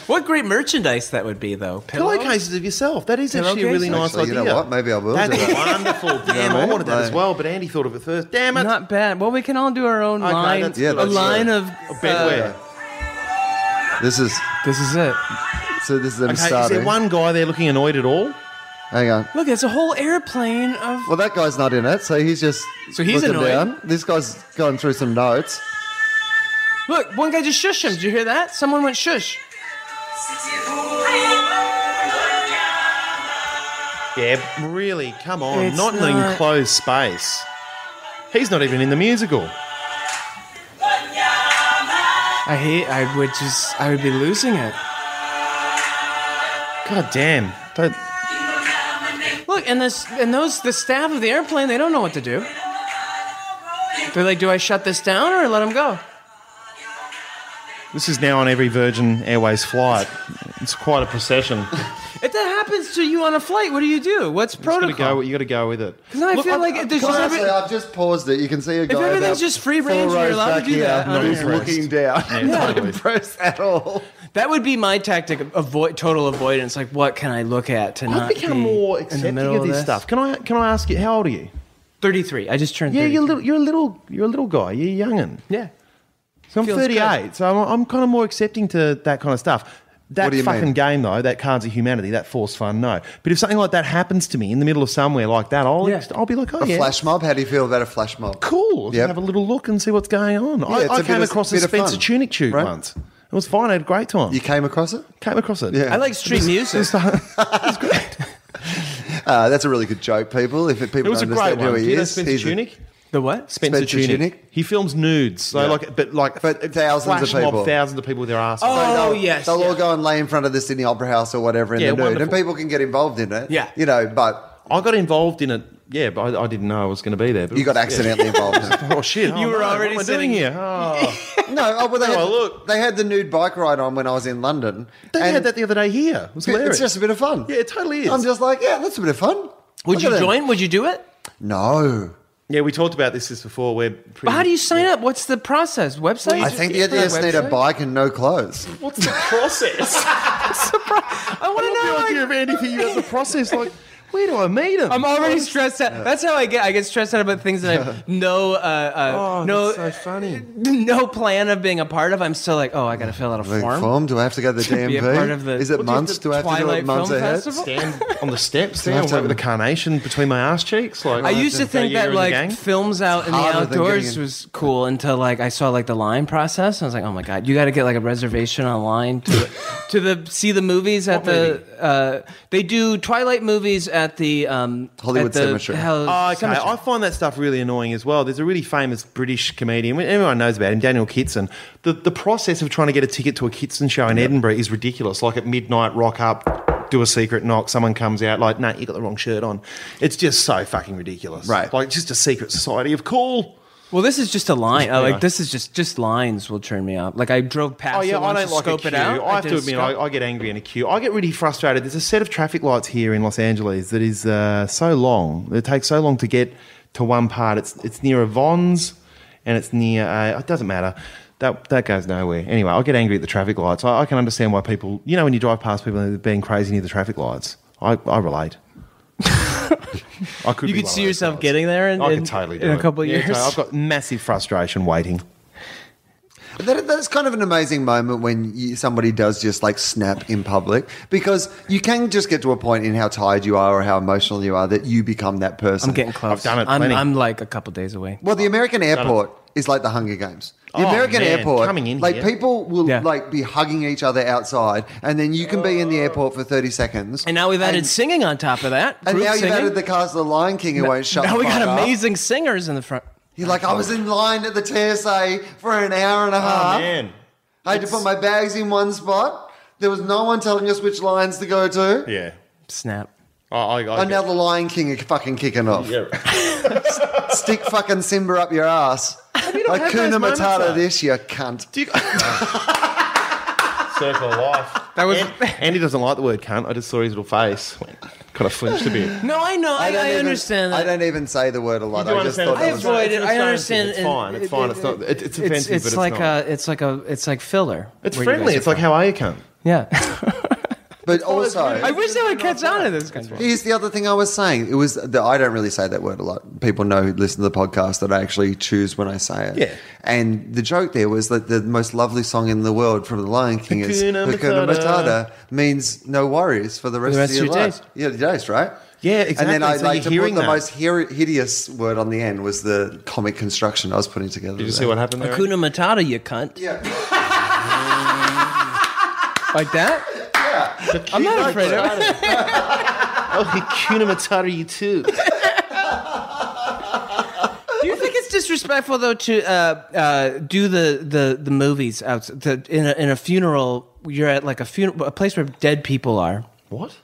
Speaker 4: What great merchandise that would be, though.
Speaker 2: Pillowcases of yourself. That is actually a really nice
Speaker 3: Actually, you
Speaker 2: idea.
Speaker 3: know what? Maybe I will
Speaker 2: That's
Speaker 3: do that.
Speaker 2: wonderful. Damn,
Speaker 3: what I
Speaker 2: I
Speaker 3: mean?
Speaker 2: wanted that as
Speaker 3: Like-
Speaker 2: well, but Andy thought of it first. Damn it.
Speaker 4: Not bad. Well, we can all do our own
Speaker 2: Okay,
Speaker 4: line.
Speaker 2: Ah, that's Yeah,
Speaker 4: a
Speaker 3: good. that's
Speaker 4: line
Speaker 3: right.
Speaker 4: of
Speaker 2: Bedwear.
Speaker 4: uh,
Speaker 3: this is
Speaker 4: This is it.
Speaker 3: so. This is them
Speaker 2: Okay, is
Speaker 3: starting.
Speaker 2: there one guy there looking annoyed at all?
Speaker 3: Hang on.
Speaker 4: Look, it's a whole airplane of.
Speaker 3: Well, that guy's not in it, so he's just
Speaker 4: So he's
Speaker 3: looking
Speaker 4: annoyed.
Speaker 3: down. This guy's gone through some notes.
Speaker 4: Look, one guy just shush him. Did you hear that? Someone went shush.
Speaker 2: Yeah, really, come on.
Speaker 4: It's
Speaker 2: not in an
Speaker 4: not-
Speaker 2: enclosed space. He's not even in the musical.
Speaker 4: I hate. I would just. I would be losing it.
Speaker 2: God damn. Don't,
Speaker 4: Look, and this and those the staff of the airplane. They don't know what to do. They're like, do I shut this down or let him go?
Speaker 2: this is now on every Virgin Airways flight. It's quite a procession.
Speaker 4: If that happens to you on a flight, what do you do? What's
Speaker 2: you, gotta
Speaker 4: protocol?
Speaker 2: go, you gotta go with it.
Speaker 4: Because I
Speaker 2: Look,
Speaker 4: feel
Speaker 2: I'm-
Speaker 4: like there's
Speaker 3: Can
Speaker 4: just
Speaker 3: I
Speaker 4: every-
Speaker 3: say, I've just paused it. You can see a guy.
Speaker 4: everything's
Speaker 3: about
Speaker 4: just free
Speaker 3: four
Speaker 4: range and you're
Speaker 3: rows
Speaker 4: allowed to
Speaker 3: back
Speaker 4: do that,
Speaker 3: here
Speaker 4: I'm
Speaker 3: who's
Speaker 2: impressed.
Speaker 3: looking down. *laughs* Not
Speaker 2: totally.
Speaker 3: impressed at all.
Speaker 4: That would be my tactic of avoid, total avoidance. Like, what can I look at to
Speaker 2: I've
Speaker 4: not
Speaker 2: become
Speaker 4: be
Speaker 2: more
Speaker 4: in the
Speaker 2: accepting
Speaker 4: middle
Speaker 2: of this stuff. Can I, can I ask you, how old are you?
Speaker 4: Thirty-three. I just turned.
Speaker 2: Yeah,
Speaker 4: 33.
Speaker 2: you're, little, you're, a little, you're a little guy. You're young'un.
Speaker 4: Yeah.
Speaker 2: So I'm
Speaker 4: Feels
Speaker 2: 38, so I'm, I'm kind of more accepting to that kind of stuff. That
Speaker 3: What do you
Speaker 2: fucking
Speaker 3: mean?
Speaker 2: game, though, that Cards of Humanity, that Force Fun, no. But if something like that happens to me in the middle of somewhere like that, I'll,
Speaker 4: Yeah.
Speaker 2: I'll be like, oh,
Speaker 3: A
Speaker 2: yeah.
Speaker 3: flash mob. How do you feel about a flash mob?
Speaker 2: cool.
Speaker 3: Yep.
Speaker 2: Have a little look and see what's going on.
Speaker 3: it's
Speaker 2: I,
Speaker 3: a
Speaker 2: I
Speaker 3: bit
Speaker 2: came
Speaker 3: of-
Speaker 2: across the
Speaker 3: bit of fun,
Speaker 2: Spencer Tunic tube
Speaker 3: right?
Speaker 2: once. It was fine. I had a great time.
Speaker 3: You came across it.
Speaker 2: came across it.
Speaker 3: Yeah.
Speaker 4: I like street music.
Speaker 3: Uh, that's a really good joke, people. If people
Speaker 2: *laughs* It was a
Speaker 3: don't
Speaker 2: great
Speaker 3: understand who
Speaker 2: one.
Speaker 3: he
Speaker 2: You know
Speaker 3: is,
Speaker 2: Spencer
Speaker 3: he's a-
Speaker 2: Tunic?
Speaker 4: The what?
Speaker 2: Spencer,
Speaker 3: Spencer
Speaker 2: Tunic.
Speaker 3: Tunic?
Speaker 2: He films nudes. So
Speaker 3: Yeah.
Speaker 2: like, but like,
Speaker 3: But thousands of
Speaker 2: flash mob,
Speaker 3: people.
Speaker 2: thousands of people with their ass.
Speaker 4: Oh,
Speaker 3: they'll,
Speaker 4: yes,
Speaker 3: They'll
Speaker 4: yeah.
Speaker 3: all go and lay in front of the Sydney Opera House or whatever in
Speaker 2: Yeah,
Speaker 3: the nude, and
Speaker 2: wonderful.
Speaker 3: people can get involved in it.
Speaker 4: Yeah.
Speaker 3: you know, but
Speaker 2: I got involved in it. Yeah, but I, I didn't know I was going to be there. But
Speaker 3: you got
Speaker 2: yeah.
Speaker 3: accidentally involved.
Speaker 2: *laughs*
Speaker 3: in it.
Speaker 2: Oh shit!
Speaker 4: You
Speaker 2: oh,
Speaker 4: were
Speaker 2: no,
Speaker 4: already
Speaker 2: what am I
Speaker 4: sitting-
Speaker 2: doing here.
Speaker 4: *laughs*
Speaker 2: Oh.
Speaker 3: No, oh, well, they,
Speaker 2: Oh,
Speaker 3: had,
Speaker 2: look.
Speaker 3: they had the nude bike ride on when I was in London.
Speaker 2: they
Speaker 3: and
Speaker 2: had that the other day here. It was hilarious.
Speaker 3: It's just a bit of fun.
Speaker 2: Yeah, it totally is.
Speaker 3: I'm just like, yeah, that's a bit of fun.
Speaker 4: Would
Speaker 3: Look
Speaker 4: you
Speaker 3: at them.
Speaker 4: join? Would you do it?
Speaker 3: No.
Speaker 2: yeah, we talked about this this before. We're pretty,
Speaker 4: But how do you sign up? What's the process? Website?
Speaker 3: I think you just need a bike and no clothes.
Speaker 2: What's the process?
Speaker 4: I
Speaker 2: *laughs*
Speaker 4: want
Speaker 2: I
Speaker 4: to know.
Speaker 2: have
Speaker 4: like-
Speaker 2: no idea of anything you have the process. Like, Where do I meet him?
Speaker 4: I'm already stressed out. That's how I get. I get stressed out about things that
Speaker 3: *laughs*
Speaker 4: I *laughs* have no, uh, uh,
Speaker 2: Oh,
Speaker 4: no,
Speaker 2: that's so funny.
Speaker 4: *laughs* no plan of being a part of. I'm still like, oh, I gotta fill out a
Speaker 3: Like,
Speaker 4: form.
Speaker 3: form? Do I have to go to the
Speaker 4: *laughs* To be a part of
Speaker 3: DMV?
Speaker 4: the-
Speaker 3: Is it
Speaker 4: Well,
Speaker 2: do you have
Speaker 3: months?
Speaker 2: to
Speaker 3: Do I have to do
Speaker 4: Twilight
Speaker 3: it months
Speaker 4: Film
Speaker 3: ahead?
Speaker 4: Festival?
Speaker 2: Stand on the steps.
Speaker 3: I
Speaker 2: Stand
Speaker 3: have
Speaker 2: over
Speaker 3: to-
Speaker 2: the carnation between my ass cheeks. Like
Speaker 4: I used to
Speaker 2: Is that
Speaker 4: think
Speaker 2: you
Speaker 4: that
Speaker 2: and the
Speaker 4: like
Speaker 2: gang?
Speaker 4: films out in the
Speaker 3: Harder than getting
Speaker 4: outdoors
Speaker 3: in-
Speaker 4: was cool until like I saw like the line process. I was like, oh my god, you got to get like a reservation online to
Speaker 3: *laughs*
Speaker 4: to the see the movies
Speaker 2: What
Speaker 4: at the. Uh, they do Twilight movies at the um,
Speaker 3: Hollywood
Speaker 4: at the
Speaker 3: Cemetery.
Speaker 4: Hell-
Speaker 2: Oh, okay.
Speaker 4: Cemetery.
Speaker 2: I find that stuff really annoying as well. There's a really famous British comedian, everyone knows about him, Daniel Kitson. The, the process of trying to get a ticket to a Kitson show in Edinburgh is ridiculous. Like at midnight, rock up, do a secret knock, someone comes out, like, nah, you got the wrong shirt on. It's just so fucking ridiculous.
Speaker 3: Right.
Speaker 2: Like, just a secret society of cool.
Speaker 4: Well, this is just a line. I
Speaker 2: Anyway.
Speaker 4: like this is just just lines will turn me off. Like I drove past.
Speaker 2: Oh yeah,
Speaker 4: it once
Speaker 2: I
Speaker 4: to
Speaker 2: don't like
Speaker 4: scope
Speaker 2: a queue.
Speaker 4: it out.
Speaker 2: I have
Speaker 4: did
Speaker 2: to
Speaker 4: a
Speaker 2: admit,
Speaker 4: scope.
Speaker 2: I, I get angry in a queue. I get really frustrated. There's a set of traffic lights here in Los Angeles that is uh, so long. It takes so long to get to one part. It's it's near a Vons, and it's near. A, it doesn't matter. That that goes nowhere. Anyway, I get angry at the traffic lights. I, I can understand why people. You know, when you drive past people and they're being crazy near the traffic lights, I, I relate. *laughs* I could. be
Speaker 4: You
Speaker 2: one
Speaker 4: could see
Speaker 2: of those
Speaker 4: yourself
Speaker 2: guys.
Speaker 4: getting there in-
Speaker 2: I
Speaker 4: in-
Speaker 2: could totally do
Speaker 4: in a
Speaker 2: it.
Speaker 4: couple of
Speaker 2: Yeah,
Speaker 4: years.
Speaker 2: I've got massive frustration waiting.
Speaker 3: That, that's kind of an amazing moment when you, somebody does just like snap in public because you can just get to a point in how tired you are or how emotional you are that you become that person.
Speaker 4: I'm getting close.
Speaker 2: I've done it
Speaker 4: I'm,
Speaker 2: plenty.
Speaker 4: I'm like a couple days away.
Speaker 3: Well, the American airport is like the Hunger Games. The
Speaker 2: Oh,
Speaker 3: American
Speaker 2: man,
Speaker 3: airport,
Speaker 2: coming in
Speaker 3: like
Speaker 2: here.
Speaker 3: people will
Speaker 4: Yeah.
Speaker 3: like be hugging each other outside, and then you can be in the airport for thirty seconds.
Speaker 4: And now we've added singing on top of that.
Speaker 3: and
Speaker 4: group
Speaker 3: now you've
Speaker 4: singing.
Speaker 3: added the cast of The Lion King who won't shut.
Speaker 4: now
Speaker 3: the
Speaker 4: we got
Speaker 3: fuck up.
Speaker 4: amazing singers in the front.
Speaker 3: You're like, I was in line at the TSA for an hour
Speaker 4: Oh,
Speaker 3: and a half. I had to put my bags in one spot. There was no one telling us which lines to go to.
Speaker 2: Yeah.
Speaker 4: Snap.
Speaker 2: I, I, I
Speaker 3: And now the Lion King are fucking kicking off. *laughs* Stick fucking Simba up your ass. Like
Speaker 2: had those
Speaker 3: Kuna
Speaker 2: moments,
Speaker 3: Matata
Speaker 2: though?
Speaker 3: this, you cunt.
Speaker 2: circle of life.
Speaker 4: That was-
Speaker 2: Andy doesn't like the word cunt. I just saw his little face. Went, kind of flinched a bit.
Speaker 4: No, I know. I,
Speaker 3: don't
Speaker 4: I,
Speaker 3: even-
Speaker 4: understand
Speaker 3: I
Speaker 4: that.
Speaker 3: don't even say the word a lot.
Speaker 2: You do
Speaker 3: I just
Speaker 2: understand
Speaker 3: thought
Speaker 2: that
Speaker 3: that
Speaker 4: I
Speaker 3: was
Speaker 2: that's right.
Speaker 4: avoid it.
Speaker 2: It's
Speaker 4: I
Speaker 2: an
Speaker 4: understand.
Speaker 2: offensive. It's fine. It's fine. It's not- it- it's offensive,
Speaker 4: It's,
Speaker 2: but it's
Speaker 4: like
Speaker 2: not.
Speaker 4: a. It's like a. It's like filler.
Speaker 2: It's
Speaker 4: where you
Speaker 2: friendly.
Speaker 4: guys
Speaker 2: It's
Speaker 4: are
Speaker 2: like how are you cunt?
Speaker 4: from. yeah. *laughs*
Speaker 3: But also,
Speaker 4: I wish they would catch on to this country.
Speaker 3: Here's the other thing I was saying. It was that I don't really say that word a lot. People know who listen to the podcast that I actually choose when I say it.
Speaker 2: Yeah.
Speaker 3: And the joke there was that the most lovely song in the world from The Lion King is
Speaker 2: Hakuna
Speaker 3: Hakuna
Speaker 2: Matata.
Speaker 3: Matata means no worries for the rest,
Speaker 4: the rest
Speaker 3: of your,
Speaker 4: of your
Speaker 3: life.
Speaker 4: days.
Speaker 3: Yeah, your days, right?
Speaker 2: Yeah,
Speaker 3: And then
Speaker 2: exactly.
Speaker 3: I
Speaker 2: So
Speaker 3: like
Speaker 2: you're
Speaker 3: to put
Speaker 2: hearing
Speaker 3: the
Speaker 2: that.
Speaker 3: most hir- hideous word on the end was the comic construction I was putting together.
Speaker 2: Did you see what happened there?
Speaker 4: Hakuna Matata, you cunt.
Speaker 3: Yeah.
Speaker 4: *laughs* Like that? I'm not afraid of it.
Speaker 2: *laughs* Oh, Hakuna Matata, you too.
Speaker 4: Do you think it's disrespectful though to uh, uh, do the, the, the movies out the, in a, in a funeral? You're at like a funeral, a place where dead people are,
Speaker 2: What?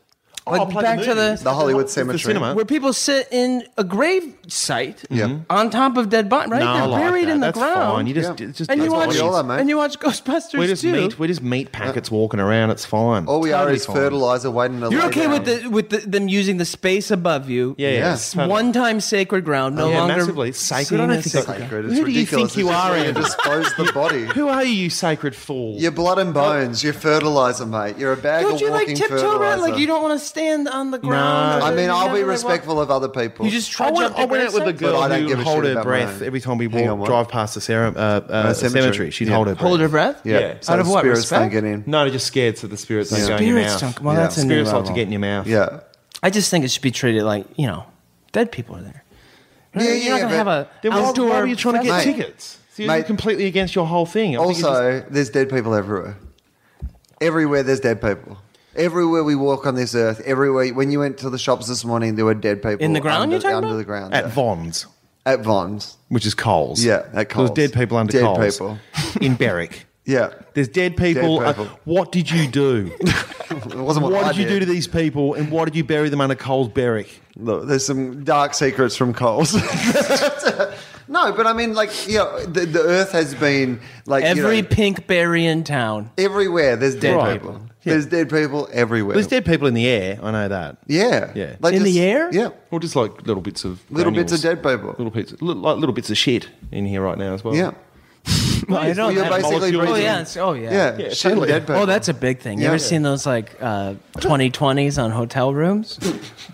Speaker 4: Like,
Speaker 2: play
Speaker 4: back to the-
Speaker 2: movies.
Speaker 3: The Hollywood
Speaker 2: It's
Speaker 3: Cemetery.
Speaker 2: The cinema.
Speaker 4: where people sit in a grave site
Speaker 3: Yeah. Mhm.
Speaker 4: on top of dead bodies. Right,
Speaker 2: No, I
Speaker 4: they're
Speaker 2: like
Speaker 4: buried
Speaker 2: that.
Speaker 4: in the
Speaker 2: That's
Speaker 4: ground.
Speaker 2: Fine. You just,
Speaker 3: Yeah.
Speaker 2: it's just,
Speaker 4: and you
Speaker 2: that's
Speaker 3: what
Speaker 2: what
Speaker 4: watch
Speaker 2: it
Speaker 3: all
Speaker 2: is.
Speaker 3: are, mate.
Speaker 4: and you watch Ghostbusters
Speaker 2: we just
Speaker 4: too.
Speaker 2: meat. We just meat packets walking around. It's fine.
Speaker 3: All we are
Speaker 2: Totally
Speaker 3: is
Speaker 2: fine.
Speaker 3: fertilizer waiting to
Speaker 4: You're
Speaker 3: lay
Speaker 4: okay
Speaker 3: down.
Speaker 4: with the with the, them using the space above you.
Speaker 2: Yeah, yeah.
Speaker 3: Yeah.
Speaker 2: it's totally-
Speaker 4: One time sacred ground, no
Speaker 2: yeah,
Speaker 4: longer
Speaker 2: massively. Sacred.
Speaker 4: Sit on
Speaker 2: I
Speaker 4: a
Speaker 2: don't think
Speaker 4: sacred-
Speaker 2: that-
Speaker 3: Sacred. It's
Speaker 2: Who do you
Speaker 3: ridiculous.
Speaker 2: think
Speaker 3: It's
Speaker 2: you
Speaker 3: just
Speaker 2: are,
Speaker 3: where you
Speaker 2: Andy?
Speaker 3: dispose the body.
Speaker 2: Who are you, you sacred fool?
Speaker 3: *laughs* Your blood and bones, your fertilizer, mate. You're a bag
Speaker 4: Don't
Speaker 3: of
Speaker 4: you
Speaker 3: walking
Speaker 4: like tiptoe
Speaker 3: fertilizer.
Speaker 4: around? Like you don't want to stand on the ground.
Speaker 2: No.
Speaker 4: or
Speaker 3: I mean,
Speaker 4: you
Speaker 3: I'll
Speaker 4: never,
Speaker 3: be
Speaker 4: like, walk-
Speaker 3: respectful of other people.
Speaker 4: You just try.
Speaker 2: I went, I went out with a
Speaker 3: But
Speaker 2: girl
Speaker 3: I don't
Speaker 2: who
Speaker 3: give a
Speaker 2: hold
Speaker 3: shit
Speaker 2: her
Speaker 3: about
Speaker 2: breath
Speaker 3: mine.
Speaker 2: every time we
Speaker 3: Hang on,
Speaker 2: walk,
Speaker 3: what?
Speaker 2: drive past the cere- uh, uh, cemetery.
Speaker 3: cemetery.
Speaker 2: She'd
Speaker 3: Yeah.
Speaker 2: hold her breath.
Speaker 4: Hold her breath.
Speaker 3: yeah.
Speaker 2: Yeah.
Speaker 3: So
Speaker 4: Out of what,
Speaker 3: spirits
Speaker 4: respect?
Speaker 3: don't get in.
Speaker 2: No, just scared so the spirits don't go in your
Speaker 4: Spirits
Speaker 2: mouth.
Speaker 4: don't. Well,
Speaker 3: Yeah.
Speaker 4: that's a new
Speaker 2: spirits like to
Speaker 4: level.
Speaker 2: get in your mouth.
Speaker 3: Yeah.
Speaker 4: I just think it should be treated like you know, dead people are there.
Speaker 3: Yeah,
Speaker 4: You're
Speaker 3: yeah,
Speaker 4: not
Speaker 3: but-
Speaker 4: gonna have a
Speaker 2: Then why,
Speaker 4: outdoor.
Speaker 2: why are you trying to get
Speaker 3: Mate.
Speaker 2: tickets? So you're
Speaker 3: Mate.
Speaker 2: completely against your whole thing. I think you're just-
Speaker 3: Also, there's dead people everywhere. Everywhere there's dead people. Everywhere we walk on this earth, everywhere. When you went to the shops this morning, there were dead people
Speaker 4: In the ground
Speaker 3: Under,
Speaker 4: you're talking
Speaker 3: under
Speaker 4: about?
Speaker 3: the ground
Speaker 2: at
Speaker 3: yeah.
Speaker 2: Vons,
Speaker 3: at Vons.
Speaker 2: which is Coles.
Speaker 3: Yeah, at Coles.
Speaker 2: There's dead people under
Speaker 3: Dead
Speaker 2: Coles.
Speaker 3: people.
Speaker 2: *laughs* in Berwick.
Speaker 3: Yeah, *laughs*
Speaker 2: There's dead people.
Speaker 3: Dead
Speaker 2: Uh,
Speaker 3: people.
Speaker 2: what did
Speaker 3: *laughs*
Speaker 2: you do?
Speaker 3: it wasn't what,
Speaker 2: what
Speaker 3: I
Speaker 2: did you do to these people? And why did you bury them under Coles Berwick?
Speaker 3: Look, there's some dark secrets from Coles. *laughs* no, but I mean, like, you know, the, the earth has been like you
Speaker 4: Every
Speaker 3: know,
Speaker 4: pink berry in town.
Speaker 3: everywhere. There's dead
Speaker 2: Right.
Speaker 3: people. There's dead people everywhere.
Speaker 2: There's dead people in the air. I know that.
Speaker 3: Yeah.
Speaker 2: Yeah.
Speaker 3: Like
Speaker 4: In the air?
Speaker 3: Yeah.
Speaker 2: Or just like little bits of
Speaker 3: Little bits
Speaker 2: granules.
Speaker 3: of dead people.
Speaker 2: Little bits, little, like little bits of shit in here right now as well.
Speaker 3: Yeah.
Speaker 4: Well, I
Speaker 2: please.
Speaker 4: know
Speaker 3: You're
Speaker 4: that.
Speaker 3: basically
Speaker 2: Molecule.
Speaker 4: Oh
Speaker 3: breathing.
Speaker 4: yeah, it's- oh
Speaker 3: Yeah,
Speaker 4: yeah,
Speaker 2: Yeah,
Speaker 3: shit and
Speaker 2: totally.
Speaker 3: dead
Speaker 4: Oh,
Speaker 3: people.
Speaker 4: that's a big thing. You
Speaker 3: Yeah.
Speaker 4: ever seen those like uh, 2020s on hotel rooms?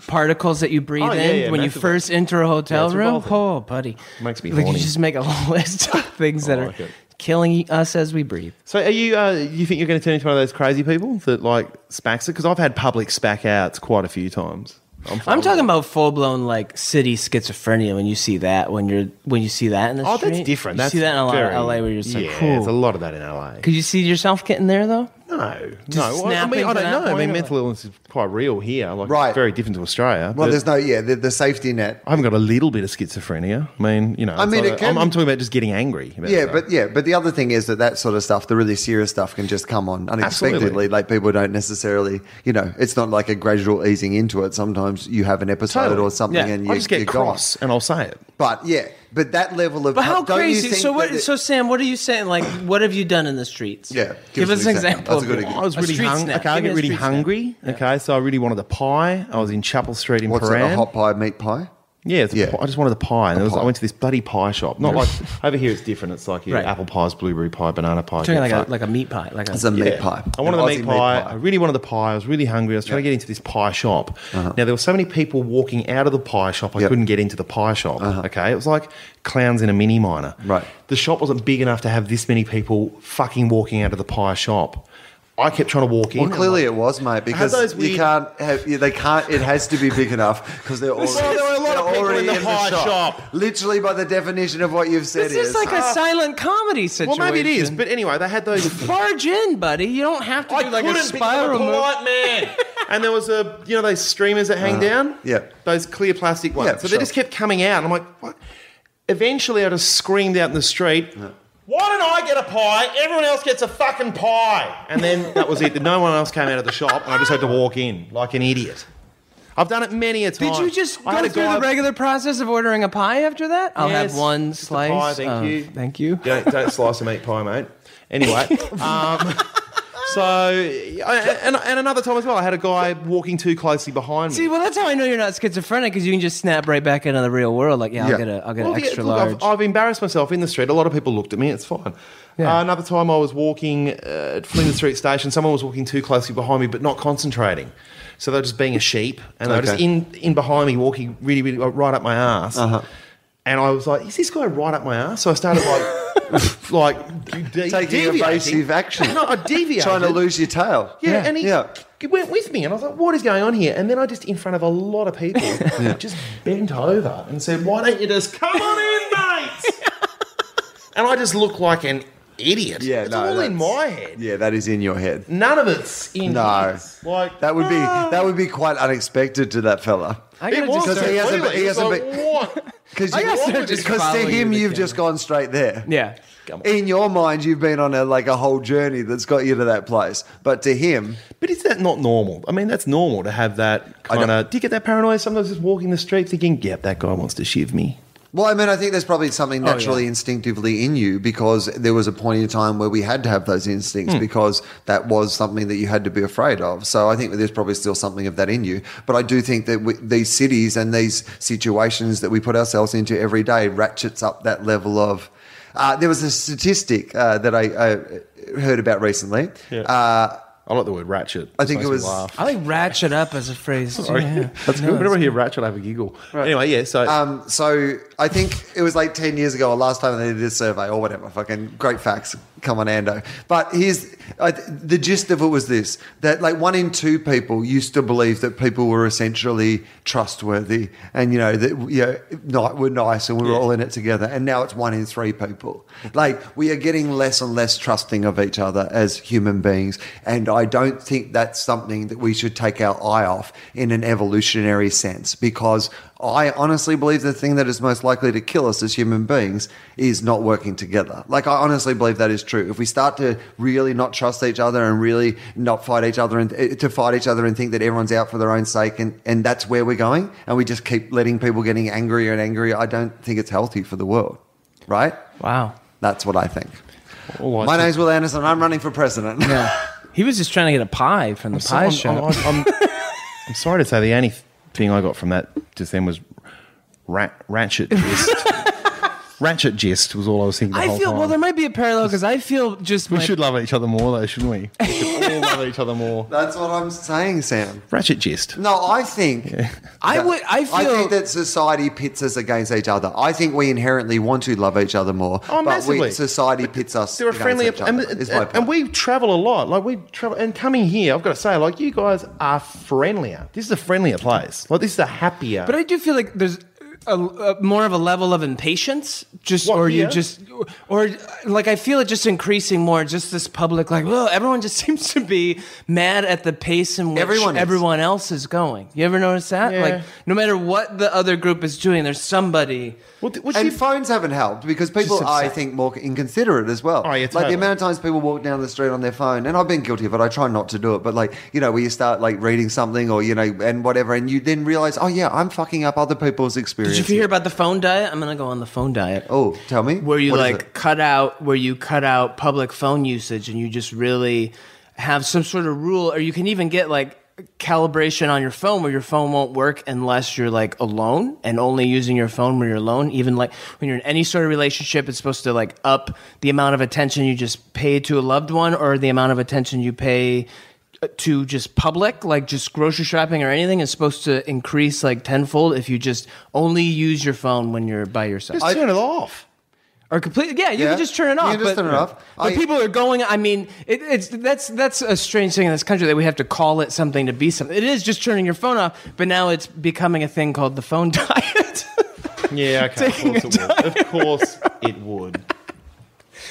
Speaker 4: Particles that you breathe
Speaker 2: Oh, yeah,
Speaker 4: in
Speaker 2: yeah,
Speaker 4: when you
Speaker 2: massive.
Speaker 4: first enter a hotel
Speaker 2: it's
Speaker 4: room?
Speaker 2: revolting.
Speaker 4: Oh, buddy.
Speaker 2: Makes me
Speaker 4: like
Speaker 2: horny. Oh,
Speaker 4: you just make a *laughs* whole list of things that
Speaker 2: I
Speaker 4: are
Speaker 2: like it.
Speaker 4: killing us as we breathe.
Speaker 2: So are you? Uh, you think you're going to turn into one of those crazy people that like spacks it? Because I've had public spack outs quite a few times.
Speaker 4: I'm talking about full blown like city schizophrenia when you see that when you're when you see that in the
Speaker 2: Oh,
Speaker 4: street.
Speaker 2: that's different.
Speaker 4: You
Speaker 2: that's
Speaker 4: see that in a lot
Speaker 2: very-
Speaker 4: of LA where you're just
Speaker 2: yeah,
Speaker 4: like, cool.
Speaker 2: there's a lot of that in LA.
Speaker 4: Could you see yourself getting there though?
Speaker 2: No,
Speaker 4: Just
Speaker 2: no. Well, I mean,
Speaker 4: snapping
Speaker 2: I
Speaker 4: to
Speaker 2: don't
Speaker 4: that
Speaker 2: know. I
Speaker 4: point
Speaker 2: mean,
Speaker 4: or
Speaker 2: mental illness is quite real here. Like,
Speaker 3: Right.
Speaker 2: it's very different to Australia.
Speaker 3: well,
Speaker 2: but
Speaker 3: there's no, yeah, the, the safety net.
Speaker 2: I haven't got a little bit of schizophrenia. I mean, you know, I
Speaker 3: mean, it can-
Speaker 2: I'm, I'm talking about just getting angry. about
Speaker 3: Yeah,
Speaker 2: stuff.
Speaker 3: but yeah, but the other thing is that that sort of stuff, the really serious stuff, can just come on unexpectedly.
Speaker 2: Absolutely.
Speaker 3: Like people don't necessarily, you know, it's not like a gradual easing into it. Sometimes you have an episode
Speaker 2: Totally.
Speaker 3: or something,
Speaker 4: Yeah,
Speaker 3: and you
Speaker 2: I just get
Speaker 3: you're
Speaker 2: cross and I'll say it.
Speaker 3: gone. But yeah, but that level of
Speaker 4: But how
Speaker 3: don't you
Speaker 4: crazy?
Speaker 3: think
Speaker 4: So what?
Speaker 3: that it-
Speaker 4: so Sam, what are you saying? Like, what have you done in the streets?
Speaker 3: Yeah,
Speaker 4: give, us an example.
Speaker 3: That's a good
Speaker 4: of-
Speaker 3: example.
Speaker 2: I was
Speaker 4: A
Speaker 2: Oh, really
Speaker 4: street
Speaker 2: hungry.
Speaker 4: snack.
Speaker 2: Okay, I
Speaker 4: Give me
Speaker 2: get
Speaker 4: a
Speaker 2: really
Speaker 4: street snack.
Speaker 2: hungry. Okay, so I really wanted a pie. I was in Chapel Street in
Speaker 3: What's it,
Speaker 2: Paran.
Speaker 3: a hot pie, meat pie?
Speaker 2: Yeah, it's a
Speaker 3: Yeah.
Speaker 2: pi- I just wanted a pie, and it was,
Speaker 3: pie.
Speaker 2: I went to this bloody pie shop. Not like over here, it's different. It's like yeah,
Speaker 4: Right.
Speaker 2: apple pies, blueberry pie, banana pie.
Speaker 4: Talking
Speaker 2: get
Speaker 4: like
Speaker 2: fucked.
Speaker 4: a like a meat pie, like a,
Speaker 3: It's a meat
Speaker 2: Yeah.
Speaker 3: pie.
Speaker 2: I wanted
Speaker 3: An
Speaker 2: the
Speaker 3: Aussie
Speaker 2: meat pie. I really wanted the pie. I was really hungry. I was trying to get into this pie shop.
Speaker 3: Uh-huh.
Speaker 2: Now there were so many people walking out of the pie shop. I
Speaker 3: Yeah.
Speaker 2: couldn't get into the pie shop. Okay, it was like clowns in a mini miner.
Speaker 3: Uh-huh. Right.
Speaker 2: The shop wasn't big enough to have this many people fucking walking out of the pie shop. I kept trying to walk in.
Speaker 3: Well,
Speaker 2: I'm
Speaker 3: clearly
Speaker 2: like,
Speaker 3: it was, mate, because
Speaker 2: those
Speaker 3: you
Speaker 2: weird-
Speaker 3: can't have, yeah, they can't, it has to be big enough because they're already,
Speaker 2: there were a lot of
Speaker 3: they're
Speaker 2: people
Speaker 3: already
Speaker 2: in the pie shop. Ah.
Speaker 3: Literally, by the definition of what you've said,
Speaker 4: This is like a silent comedy
Speaker 2: Well,
Speaker 4: situation.
Speaker 2: maybe it is. But anyway, they had those.
Speaker 4: barge in, buddy. You don't have to do like
Speaker 2: couldn't
Speaker 4: a
Speaker 2: become
Speaker 4: spiral move.
Speaker 2: polite
Speaker 4: *laughs*
Speaker 2: man. and there was a, you know, those streamers that hang down.
Speaker 3: Uh-huh. yeah.
Speaker 2: Those clear plastic ones.
Speaker 3: Yeah,
Speaker 2: so
Speaker 3: sure.
Speaker 2: they just kept coming out. I'm like, what? Eventually, I just screamed out in the street. Why don't I get a pie? Everyone else gets a fucking pie. And then that was it. No one else came out of the shop, and I just had to walk in like an idiot. I've done it many a time.
Speaker 4: Did you just
Speaker 2: I had
Speaker 4: go
Speaker 2: a
Speaker 4: through
Speaker 2: guy-
Speaker 4: the regular process of ordering a pie after that? I'll
Speaker 2: Yes,
Speaker 4: have one
Speaker 2: just a pie,
Speaker 4: slice.
Speaker 2: thank
Speaker 4: of-
Speaker 2: you.
Speaker 4: Thank you.
Speaker 2: Don't, don't slice a meat pie, mate. Anyway,
Speaker 4: *laughs*
Speaker 2: um, so I- and, and another time as well, I had a guy walking too closely behind me.
Speaker 4: See, well, that's how I know you're not schizophrenic because you can just snap right back into the real world. Like, yeah,
Speaker 3: Yeah.
Speaker 4: I'll get a, I'll get
Speaker 2: Well,
Speaker 4: an
Speaker 2: yeah,
Speaker 4: extra
Speaker 2: look,
Speaker 4: large.
Speaker 2: I've, I've embarrassed myself in the street. A lot of people looked at me. It's fine.
Speaker 4: Yeah.
Speaker 2: Uh, another time I was walking uh, at Flinders Street Station. Someone was walking too closely behind me, but not concentrating. So they're just being a sheep, and they're just
Speaker 3: Okay. Uh-huh.
Speaker 2: in in behind me, walking really, really uh, right up my ass. And I was like, "Is this guy right up my ass?" So I started like, *laughs* like de-
Speaker 3: Taking
Speaker 2: deviating.
Speaker 3: evasive action.
Speaker 2: No, I
Speaker 3: *laughs*
Speaker 2: deviated.
Speaker 3: trying to lose your tail.
Speaker 2: Yeah, and he,
Speaker 3: yeah.
Speaker 2: he went with me, and I was like, "What is going on here?" And then I just, in front of a lot
Speaker 3: *laughs*
Speaker 2: of people, just bent over and said, "Why don't you just come
Speaker 3: *laughs*
Speaker 2: on in, mates?" and I just look like an idiot.
Speaker 3: Yeah,
Speaker 2: it's
Speaker 3: no,
Speaker 2: all in
Speaker 3: that's-
Speaker 2: my head.
Speaker 3: Yeah, that is in your head.
Speaker 2: None of it's in
Speaker 3: No,
Speaker 2: his. Like ah,
Speaker 3: that would be that would be quite unexpected to that fella.
Speaker 4: I
Speaker 2: It
Speaker 4: gotta
Speaker 2: was
Speaker 4: just
Speaker 3: because
Speaker 4: start-
Speaker 3: he has a-
Speaker 2: completely.
Speaker 3: he has a
Speaker 2: It's
Speaker 3: bit- *laughs*
Speaker 2: like, what?
Speaker 3: Because
Speaker 4: I guess they're just
Speaker 3: to
Speaker 4: following you
Speaker 3: him,
Speaker 4: to
Speaker 3: you've
Speaker 4: the
Speaker 3: just gone straight there.
Speaker 4: yeah.
Speaker 3: In your mind, you've been on a like a whole journey that's got you to that place, but to him,
Speaker 2: But is that not normal? I mean, that's normal to have that
Speaker 3: I don't-
Speaker 2: kind of. Do you get that paranoia sometimes just walking the street thinking, yep, that guy wants to shiv me?
Speaker 3: Well, I mean, I think there's probably something naturally, instinctively in you because there was a point in time where we had to have those instincts because that was something that you had to be afraid of. So I think that there's probably still something of that in you. But I do think that we, these cities and these situations that we put ourselves into every day ratchets up that level of. Uh, there was a statistic uh, that I, I heard about recently. Uh,
Speaker 2: I like the word ratchet.
Speaker 3: I think it
Speaker 2: Makes me
Speaker 3: was-
Speaker 2: laugh.
Speaker 4: I like ratchet up as a phrase.
Speaker 2: *laughs*
Speaker 4: too, yeah.
Speaker 2: That's good. Whenever I hear ratchet, I have a giggle. Anyway, yeah. So
Speaker 3: Um, so I think it was like 10 years ago or last time they did this survey or whatever. Fucking great facts. Come on, Ando. But here's I th- the gist of it was this that like one in two people used to believe that people were essentially trustworthy and, you know, that, you know, not, we're nice and we were all in it together. And now it's one in three people. Like we are getting less and less trusting of each other as human beings. And I don't think that's something that we should take our eye off in an evolutionary sense because I honestly believe the thing that is most likely to kill us as human beings is not working together. Like, I honestly believe that is true. If we start to really not trust each other and really not fight each other and eh, to fight each other and think that everyone's out for their own sake and, and that's where we're going, and we just keep letting people getting angrier and angrier, I don't think it's healthy for the world, right?
Speaker 4: Wow.
Speaker 3: That's what I think.
Speaker 2: All I
Speaker 3: My
Speaker 2: think-
Speaker 3: name's Will Anderson. I'm running for president.
Speaker 4: Yeah. He was just trying to get a pie from the
Speaker 2: So
Speaker 4: pie
Speaker 2: I'm-
Speaker 4: shop.
Speaker 2: I'm, I'm- I'm sorry to say the *laughs* only thing I got from that just then was rat, ratchet. Just, Ratchet gist was all I was thinking. The
Speaker 4: I
Speaker 2: whole
Speaker 4: feel
Speaker 2: time.
Speaker 4: well. There might be a parallel because I feel just
Speaker 2: we
Speaker 4: my-
Speaker 2: should love each other more, though, shouldn't we?
Speaker 3: *laughs*
Speaker 2: We should all love each other more.
Speaker 3: *laughs* That's what I'm saying, Sam.
Speaker 2: Ratchet gist.
Speaker 3: No, I
Speaker 2: *laughs*
Speaker 3: think
Speaker 4: I would. I feel.
Speaker 3: I think that society pits us against each other. I think we inherently want to love each other more.
Speaker 2: Oh,
Speaker 3: but
Speaker 2: massively.
Speaker 3: We, society pits us.
Speaker 2: They're a
Speaker 3: against
Speaker 2: friendly,
Speaker 3: each other,
Speaker 2: and,
Speaker 3: is my
Speaker 2: and,
Speaker 3: point.
Speaker 2: we travel a lot. Like we travel, and coming here, I've got to say, like you guys are friendlier. This is a friendlier place. Like this is a happier.
Speaker 4: but I do feel like there's. A, a, more of a level of impatience, just
Speaker 2: What,
Speaker 4: or
Speaker 2: here?
Speaker 4: you just, or uh, like I feel it just increasing more. Just this public, like, well, everyone just *laughs* seems to be mad at the pace in which
Speaker 3: Everyone is.
Speaker 4: everyone else is going. You ever notice that?
Speaker 2: Yeah.
Speaker 4: Like, no matter what the other group is doing, there's somebody.
Speaker 2: What did- what
Speaker 3: and
Speaker 2: you-
Speaker 3: phones haven't helped because people,
Speaker 2: Just
Speaker 3: are, I
Speaker 2: obsessed.
Speaker 3: think, more inconsiderate as well.
Speaker 2: Oh, yeah,
Speaker 3: Like
Speaker 2: totally.
Speaker 3: the amount of times people walk down the street on their phone, and I've been guilty of it. I try not to do it, but like you know, where you start like reading something or you know, and whatever, and you then realize, oh yeah, I'm fucking up other people's
Speaker 4: Did
Speaker 3: experience.
Speaker 4: you hear about the phone diet? I'm gonna go on the phone diet.
Speaker 3: Oh, tell me.
Speaker 4: where you
Speaker 3: What is
Speaker 4: like
Speaker 3: it?
Speaker 4: cut out where you cut out public phone usage and you just really have some sort of rule or you can even get like calibration on your phone where your phone won't work unless you're like alone and only using your phone when you're alone even like when you're in any sort of relationship it's supposed to like up the amount of attention you just pay to a loved one or the amount of attention you pay uh, to just public, like just grocery shopping or anything, is supposed to increase like tenfold if you just only use your phone when you're by yourself.
Speaker 2: just turn it off.
Speaker 4: Or completely, yeah, you
Speaker 3: Yeah.
Speaker 4: can just turn
Speaker 3: You
Speaker 4: it off.
Speaker 3: can just
Speaker 4: but,
Speaker 3: turn it off.
Speaker 4: But
Speaker 3: I-
Speaker 4: people are going. I mean, it, it's that's that's a strange thing in this country that we have to call it something to be something. It is just turning your phone off, but now it's becoming a thing called the phone *laughs* diet.
Speaker 2: Yeah, okay.
Speaker 4: Taking
Speaker 2: of course it would. Of course it would.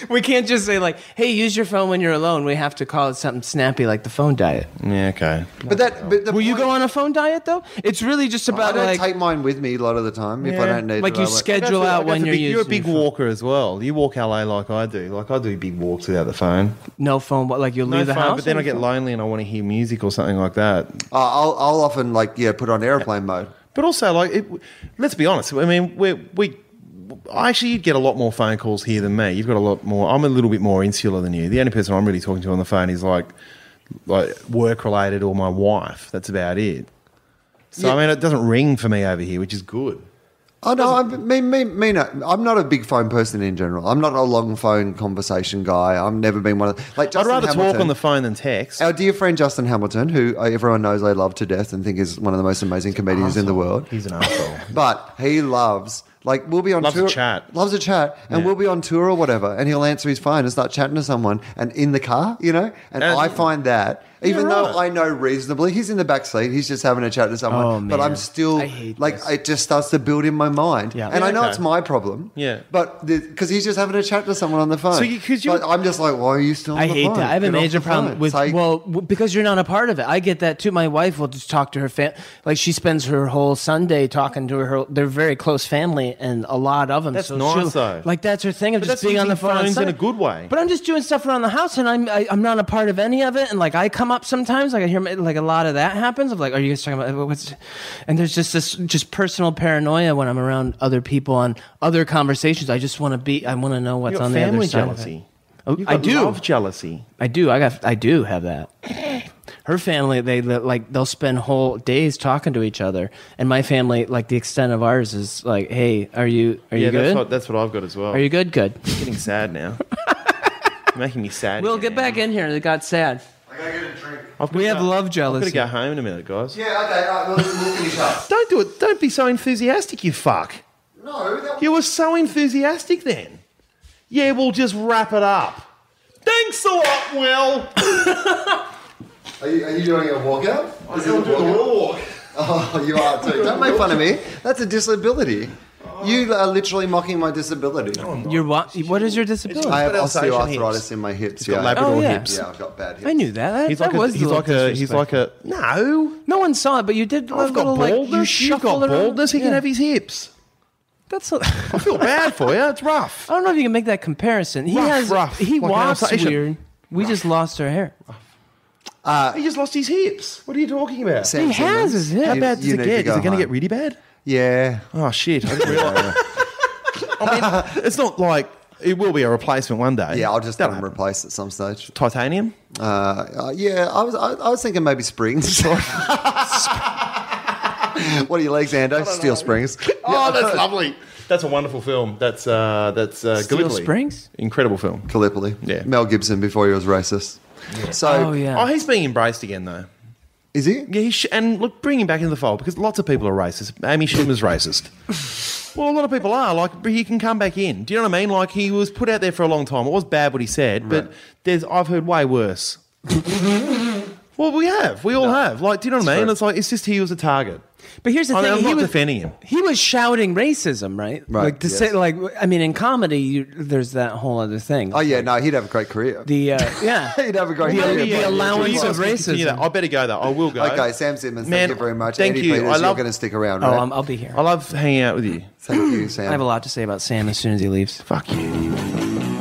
Speaker 4: we can't just say like, "Hey, use your phone when you're alone." We have to call it something snappy like the phone diet.
Speaker 2: Yeah, okay.
Speaker 3: But that. But the
Speaker 4: Will you
Speaker 3: point-
Speaker 4: go on a phone diet though? It's really just
Speaker 3: I
Speaker 4: about
Speaker 3: don't
Speaker 4: like
Speaker 3: take mine with me a lot of the time if I
Speaker 2: Yeah.
Speaker 3: don't need
Speaker 4: Like
Speaker 3: to.
Speaker 4: you
Speaker 3: I won't.
Speaker 4: schedule- Schedule out when you're
Speaker 2: You're a
Speaker 4: using
Speaker 2: big
Speaker 4: your phone.
Speaker 2: walker as well. You walk LA like I do. Like I do big walks without the phone.
Speaker 4: no phone. Like you'll
Speaker 2: No
Speaker 4: leave the
Speaker 2: phone,
Speaker 4: house,
Speaker 2: but then I
Speaker 4: and-
Speaker 2: get lonely and I want to hear music or something like that.
Speaker 3: Uh, I'll, I'll often like yeah put on airplane mode.
Speaker 2: But also, like, it, let's be honest. I mean, we we I actually you get a lot more phone calls here than me. You've got a lot more. I'm a little bit more insular than you. The only person I'm really talking to on the phone is like like work related or my wife. That's about it. So I mean, it doesn't ring for me over here, which is good.
Speaker 3: Oh no, I'm, me, me, me no, I'm not a big phone person in general. I'm not a long phone conversation guy. I've never been one of like. Justin
Speaker 2: I'd rather
Speaker 3: Hamilton,
Speaker 2: talk on the phone than text.
Speaker 3: Our dear friend Justin Hamilton, who I- everyone knows I love to death and think is one of the most amazing comedians in the world,
Speaker 2: He's an *laughs* asshole.
Speaker 3: but he loves like we'll be on
Speaker 2: Loves a
Speaker 3: tour,
Speaker 2: chat.
Speaker 3: loves a chat, and
Speaker 2: Yeah.
Speaker 3: we'll be on tour or whatever, and he'll answer his phone and start chatting to someone, and in the car, you know, and
Speaker 2: And-
Speaker 3: I find that. Even
Speaker 2: Yeah,
Speaker 3: though I
Speaker 2: right.
Speaker 3: know reasonably, he's in the back seat. He's just having a chat to someone,
Speaker 4: Oh,
Speaker 3: but I'm
Speaker 4: man.
Speaker 3: still
Speaker 4: I hate
Speaker 3: like
Speaker 4: this.
Speaker 3: it just starts to build in my mind,
Speaker 4: Yeah.
Speaker 3: and
Speaker 4: Yeah,
Speaker 3: I know
Speaker 2: okay.
Speaker 3: it's my problem.
Speaker 2: Yeah.
Speaker 3: but because he's just having a chat to someone on the phone.
Speaker 2: So you- 'cause you-
Speaker 3: But I'm just like, why are you still? On
Speaker 4: I
Speaker 3: the
Speaker 4: hate
Speaker 3: phone?
Speaker 4: that. I have a
Speaker 3: Get off
Speaker 4: major
Speaker 3: the
Speaker 4: problem
Speaker 3: phone."
Speaker 4: with
Speaker 3: It's like-
Speaker 4: well w- because you're not a part of it. I get that too. My wife will just talk to her fam. Like she spends her whole Sunday talking to her. They're very close family, and a lot of them.
Speaker 2: That's
Speaker 4: so
Speaker 2: nice,
Speaker 4: she'll-
Speaker 2: though.
Speaker 4: Like that's her thing of
Speaker 2: But
Speaker 4: just
Speaker 2: that's
Speaker 4: being on
Speaker 2: using
Speaker 4: the phone. on
Speaker 2: phones in
Speaker 4: Sunday.
Speaker 2: a good way.
Speaker 4: But I'm just doing stuff around the house, and I'm I, I'm not a part of any of it. And like I come up sometimes. Like I hear like a lot of that happens. Of like, are you guys talking about uh, what's? And there's just this just personal paranoia when I'm around other people on other conversations. I just want to be. I want to know what's
Speaker 2: You've got
Speaker 4: on the other
Speaker 2: family
Speaker 4: side. of it.
Speaker 2: jealousy.
Speaker 4: Oh,
Speaker 2: You've
Speaker 4: I
Speaker 2: got
Speaker 4: do.
Speaker 2: love jealousy.
Speaker 4: I do. I got. I do
Speaker 2: *coughs*
Speaker 4: have that. Her family, they they- like they'll spend whole days talking to each other, and my family, like the extent of ours is like, hey, are you are
Speaker 2: yeah,
Speaker 4: you
Speaker 2: that's
Speaker 4: good?
Speaker 2: what, that's what I've got as well.
Speaker 4: are you good? Good.
Speaker 2: I'm getting sad
Speaker 4: *laughs*
Speaker 2: now? You're making me sad.
Speaker 4: We'll
Speaker 2: again
Speaker 4: get
Speaker 2: now.
Speaker 4: back in here. It got sad.
Speaker 3: I gotta get a drink.
Speaker 2: I've
Speaker 4: We
Speaker 2: gotta
Speaker 4: have
Speaker 2: go-
Speaker 4: love
Speaker 2: I've
Speaker 4: jealousy.
Speaker 2: gotta go home in a minute, guys.
Speaker 3: Yeah, okay, all right, we'll, we'll finish
Speaker 4: *laughs*
Speaker 3: up.
Speaker 2: Don't do it. Don't be so enthusiastic, you fuck.
Speaker 3: No, that
Speaker 2: You were so enthusiastic then. Yeah, we'll just wrap it up. Thanks a lot,
Speaker 4: *laughs*
Speaker 2: Will.
Speaker 3: Are you, are you doing a walkout? I'm doing a walk. *laughs* Oh, you are too. Don't make fun of me. That's a disability.
Speaker 2: Oh.
Speaker 3: You are literally mocking my disability.
Speaker 4: Your wa- what is your disability?
Speaker 3: I
Speaker 4: I,
Speaker 3: have
Speaker 2: got Alsatian
Speaker 3: osteoarthritis in my hips.
Speaker 2: got
Speaker 3: yeah.
Speaker 2: Labrador
Speaker 4: Oh, yeah.
Speaker 2: hips.
Speaker 3: yeah, I've got bad hips.
Speaker 4: knew that. That,
Speaker 2: He's
Speaker 4: that
Speaker 2: like a.
Speaker 4: was the
Speaker 2: He's
Speaker 4: little
Speaker 2: like a. He's
Speaker 4: disrespect.
Speaker 2: like a. No.
Speaker 4: No one saw it, but you did.
Speaker 2: I've got baldness.
Speaker 4: you
Speaker 2: You've got
Speaker 4: shuffled around.
Speaker 2: baldness. He
Speaker 4: Yeah.
Speaker 2: can have his hips. *laughs*
Speaker 4: That's. A, I
Speaker 2: I feel bad for you. It's rough.
Speaker 4: don't know if you can make that comparison. He
Speaker 2: Rough,
Speaker 4: has.
Speaker 2: rough,
Speaker 4: He
Speaker 2: like an
Speaker 4: walks
Speaker 2: Alsatian.
Speaker 4: weird. We just lost her hair.
Speaker 2: He just lost his hips. What are you talking about?
Speaker 3: Sam
Speaker 4: He
Speaker 3: Simmons,
Speaker 4: has his hips.
Speaker 3: you-
Speaker 2: How bad does
Speaker 3: you
Speaker 2: it
Speaker 3: need
Speaker 2: get?
Speaker 3: go
Speaker 2: Is it going to get
Speaker 3: home.
Speaker 2: really bad?
Speaker 3: Yeah.
Speaker 2: Oh shit! *laughs* I didn't realise. I mean, it's not like it will be a replacement one
Speaker 3: *laughs*
Speaker 2: day.
Speaker 3: Yeah, I'll just
Speaker 2: That'll
Speaker 3: have them
Speaker 2: happen.
Speaker 3: replaced at some stage.
Speaker 2: titanium.
Speaker 3: Uh, uh, yeah, I was I, I was thinking maybe springs. *laughs* what are your legs, Ando? Steel springs.
Speaker 2: *laughs* Oh, that's lovely. That's a wonderful film. That's uh, that's uh,
Speaker 4: Steel
Speaker 2: Gallipoli.
Speaker 4: Springs?
Speaker 2: Incredible film.
Speaker 3: Gallipoli.
Speaker 2: Yeah.
Speaker 3: Mel Gibson before he was racist. So
Speaker 4: Oh yeah.
Speaker 2: Oh, he's being embraced again though.
Speaker 3: is he?
Speaker 2: Yeah, he sh- and look, bring him back into the fold because lots of people are racist. Amy Schumer's racist.
Speaker 4: *laughs*
Speaker 2: Well, a lot of people are. Like, but he can come back in. Do you know what I mean? Like, he was put out there for a long time. It was bad what he said, but there's I've heard way
Speaker 4: *laughs*
Speaker 2: worse. well, we have. We all have. Like, do you know what I mean? It's like it's just he was a target.
Speaker 4: But here's the
Speaker 3: Oh,
Speaker 2: I mean,
Speaker 4: thing:
Speaker 2: I'm
Speaker 4: he
Speaker 2: not
Speaker 4: was
Speaker 2: defending him.
Speaker 4: He was shouting racism, right?
Speaker 3: Right,
Speaker 4: Like to
Speaker 3: yes.
Speaker 4: say, like I mean, in comedy, you, there's that whole other thing.
Speaker 3: Oh yeah, no, he'd have a great career.
Speaker 4: The uh, yeah,
Speaker 3: *laughs* he'd have a great
Speaker 4: The-
Speaker 3: career.
Speaker 4: the
Speaker 3: but-
Speaker 4: allowance
Speaker 2: Please
Speaker 4: of
Speaker 2: ask me to continue
Speaker 4: racism.
Speaker 2: that. I better go though. I will go.
Speaker 3: Okay, Sam Simmons,
Speaker 2: Man,
Speaker 3: thank you very much.
Speaker 2: thank
Speaker 3: Andy
Speaker 2: you.
Speaker 3: Peters,
Speaker 2: I
Speaker 3: you're
Speaker 2: love-
Speaker 3: going to stick around,
Speaker 4: Oh,
Speaker 3: right?
Speaker 4: I'm, I'll be here.
Speaker 2: I love hanging out with you.
Speaker 3: Thank you, Sam.
Speaker 4: I have a lot to say about Sam as soon as he leaves.
Speaker 2: Fuck you.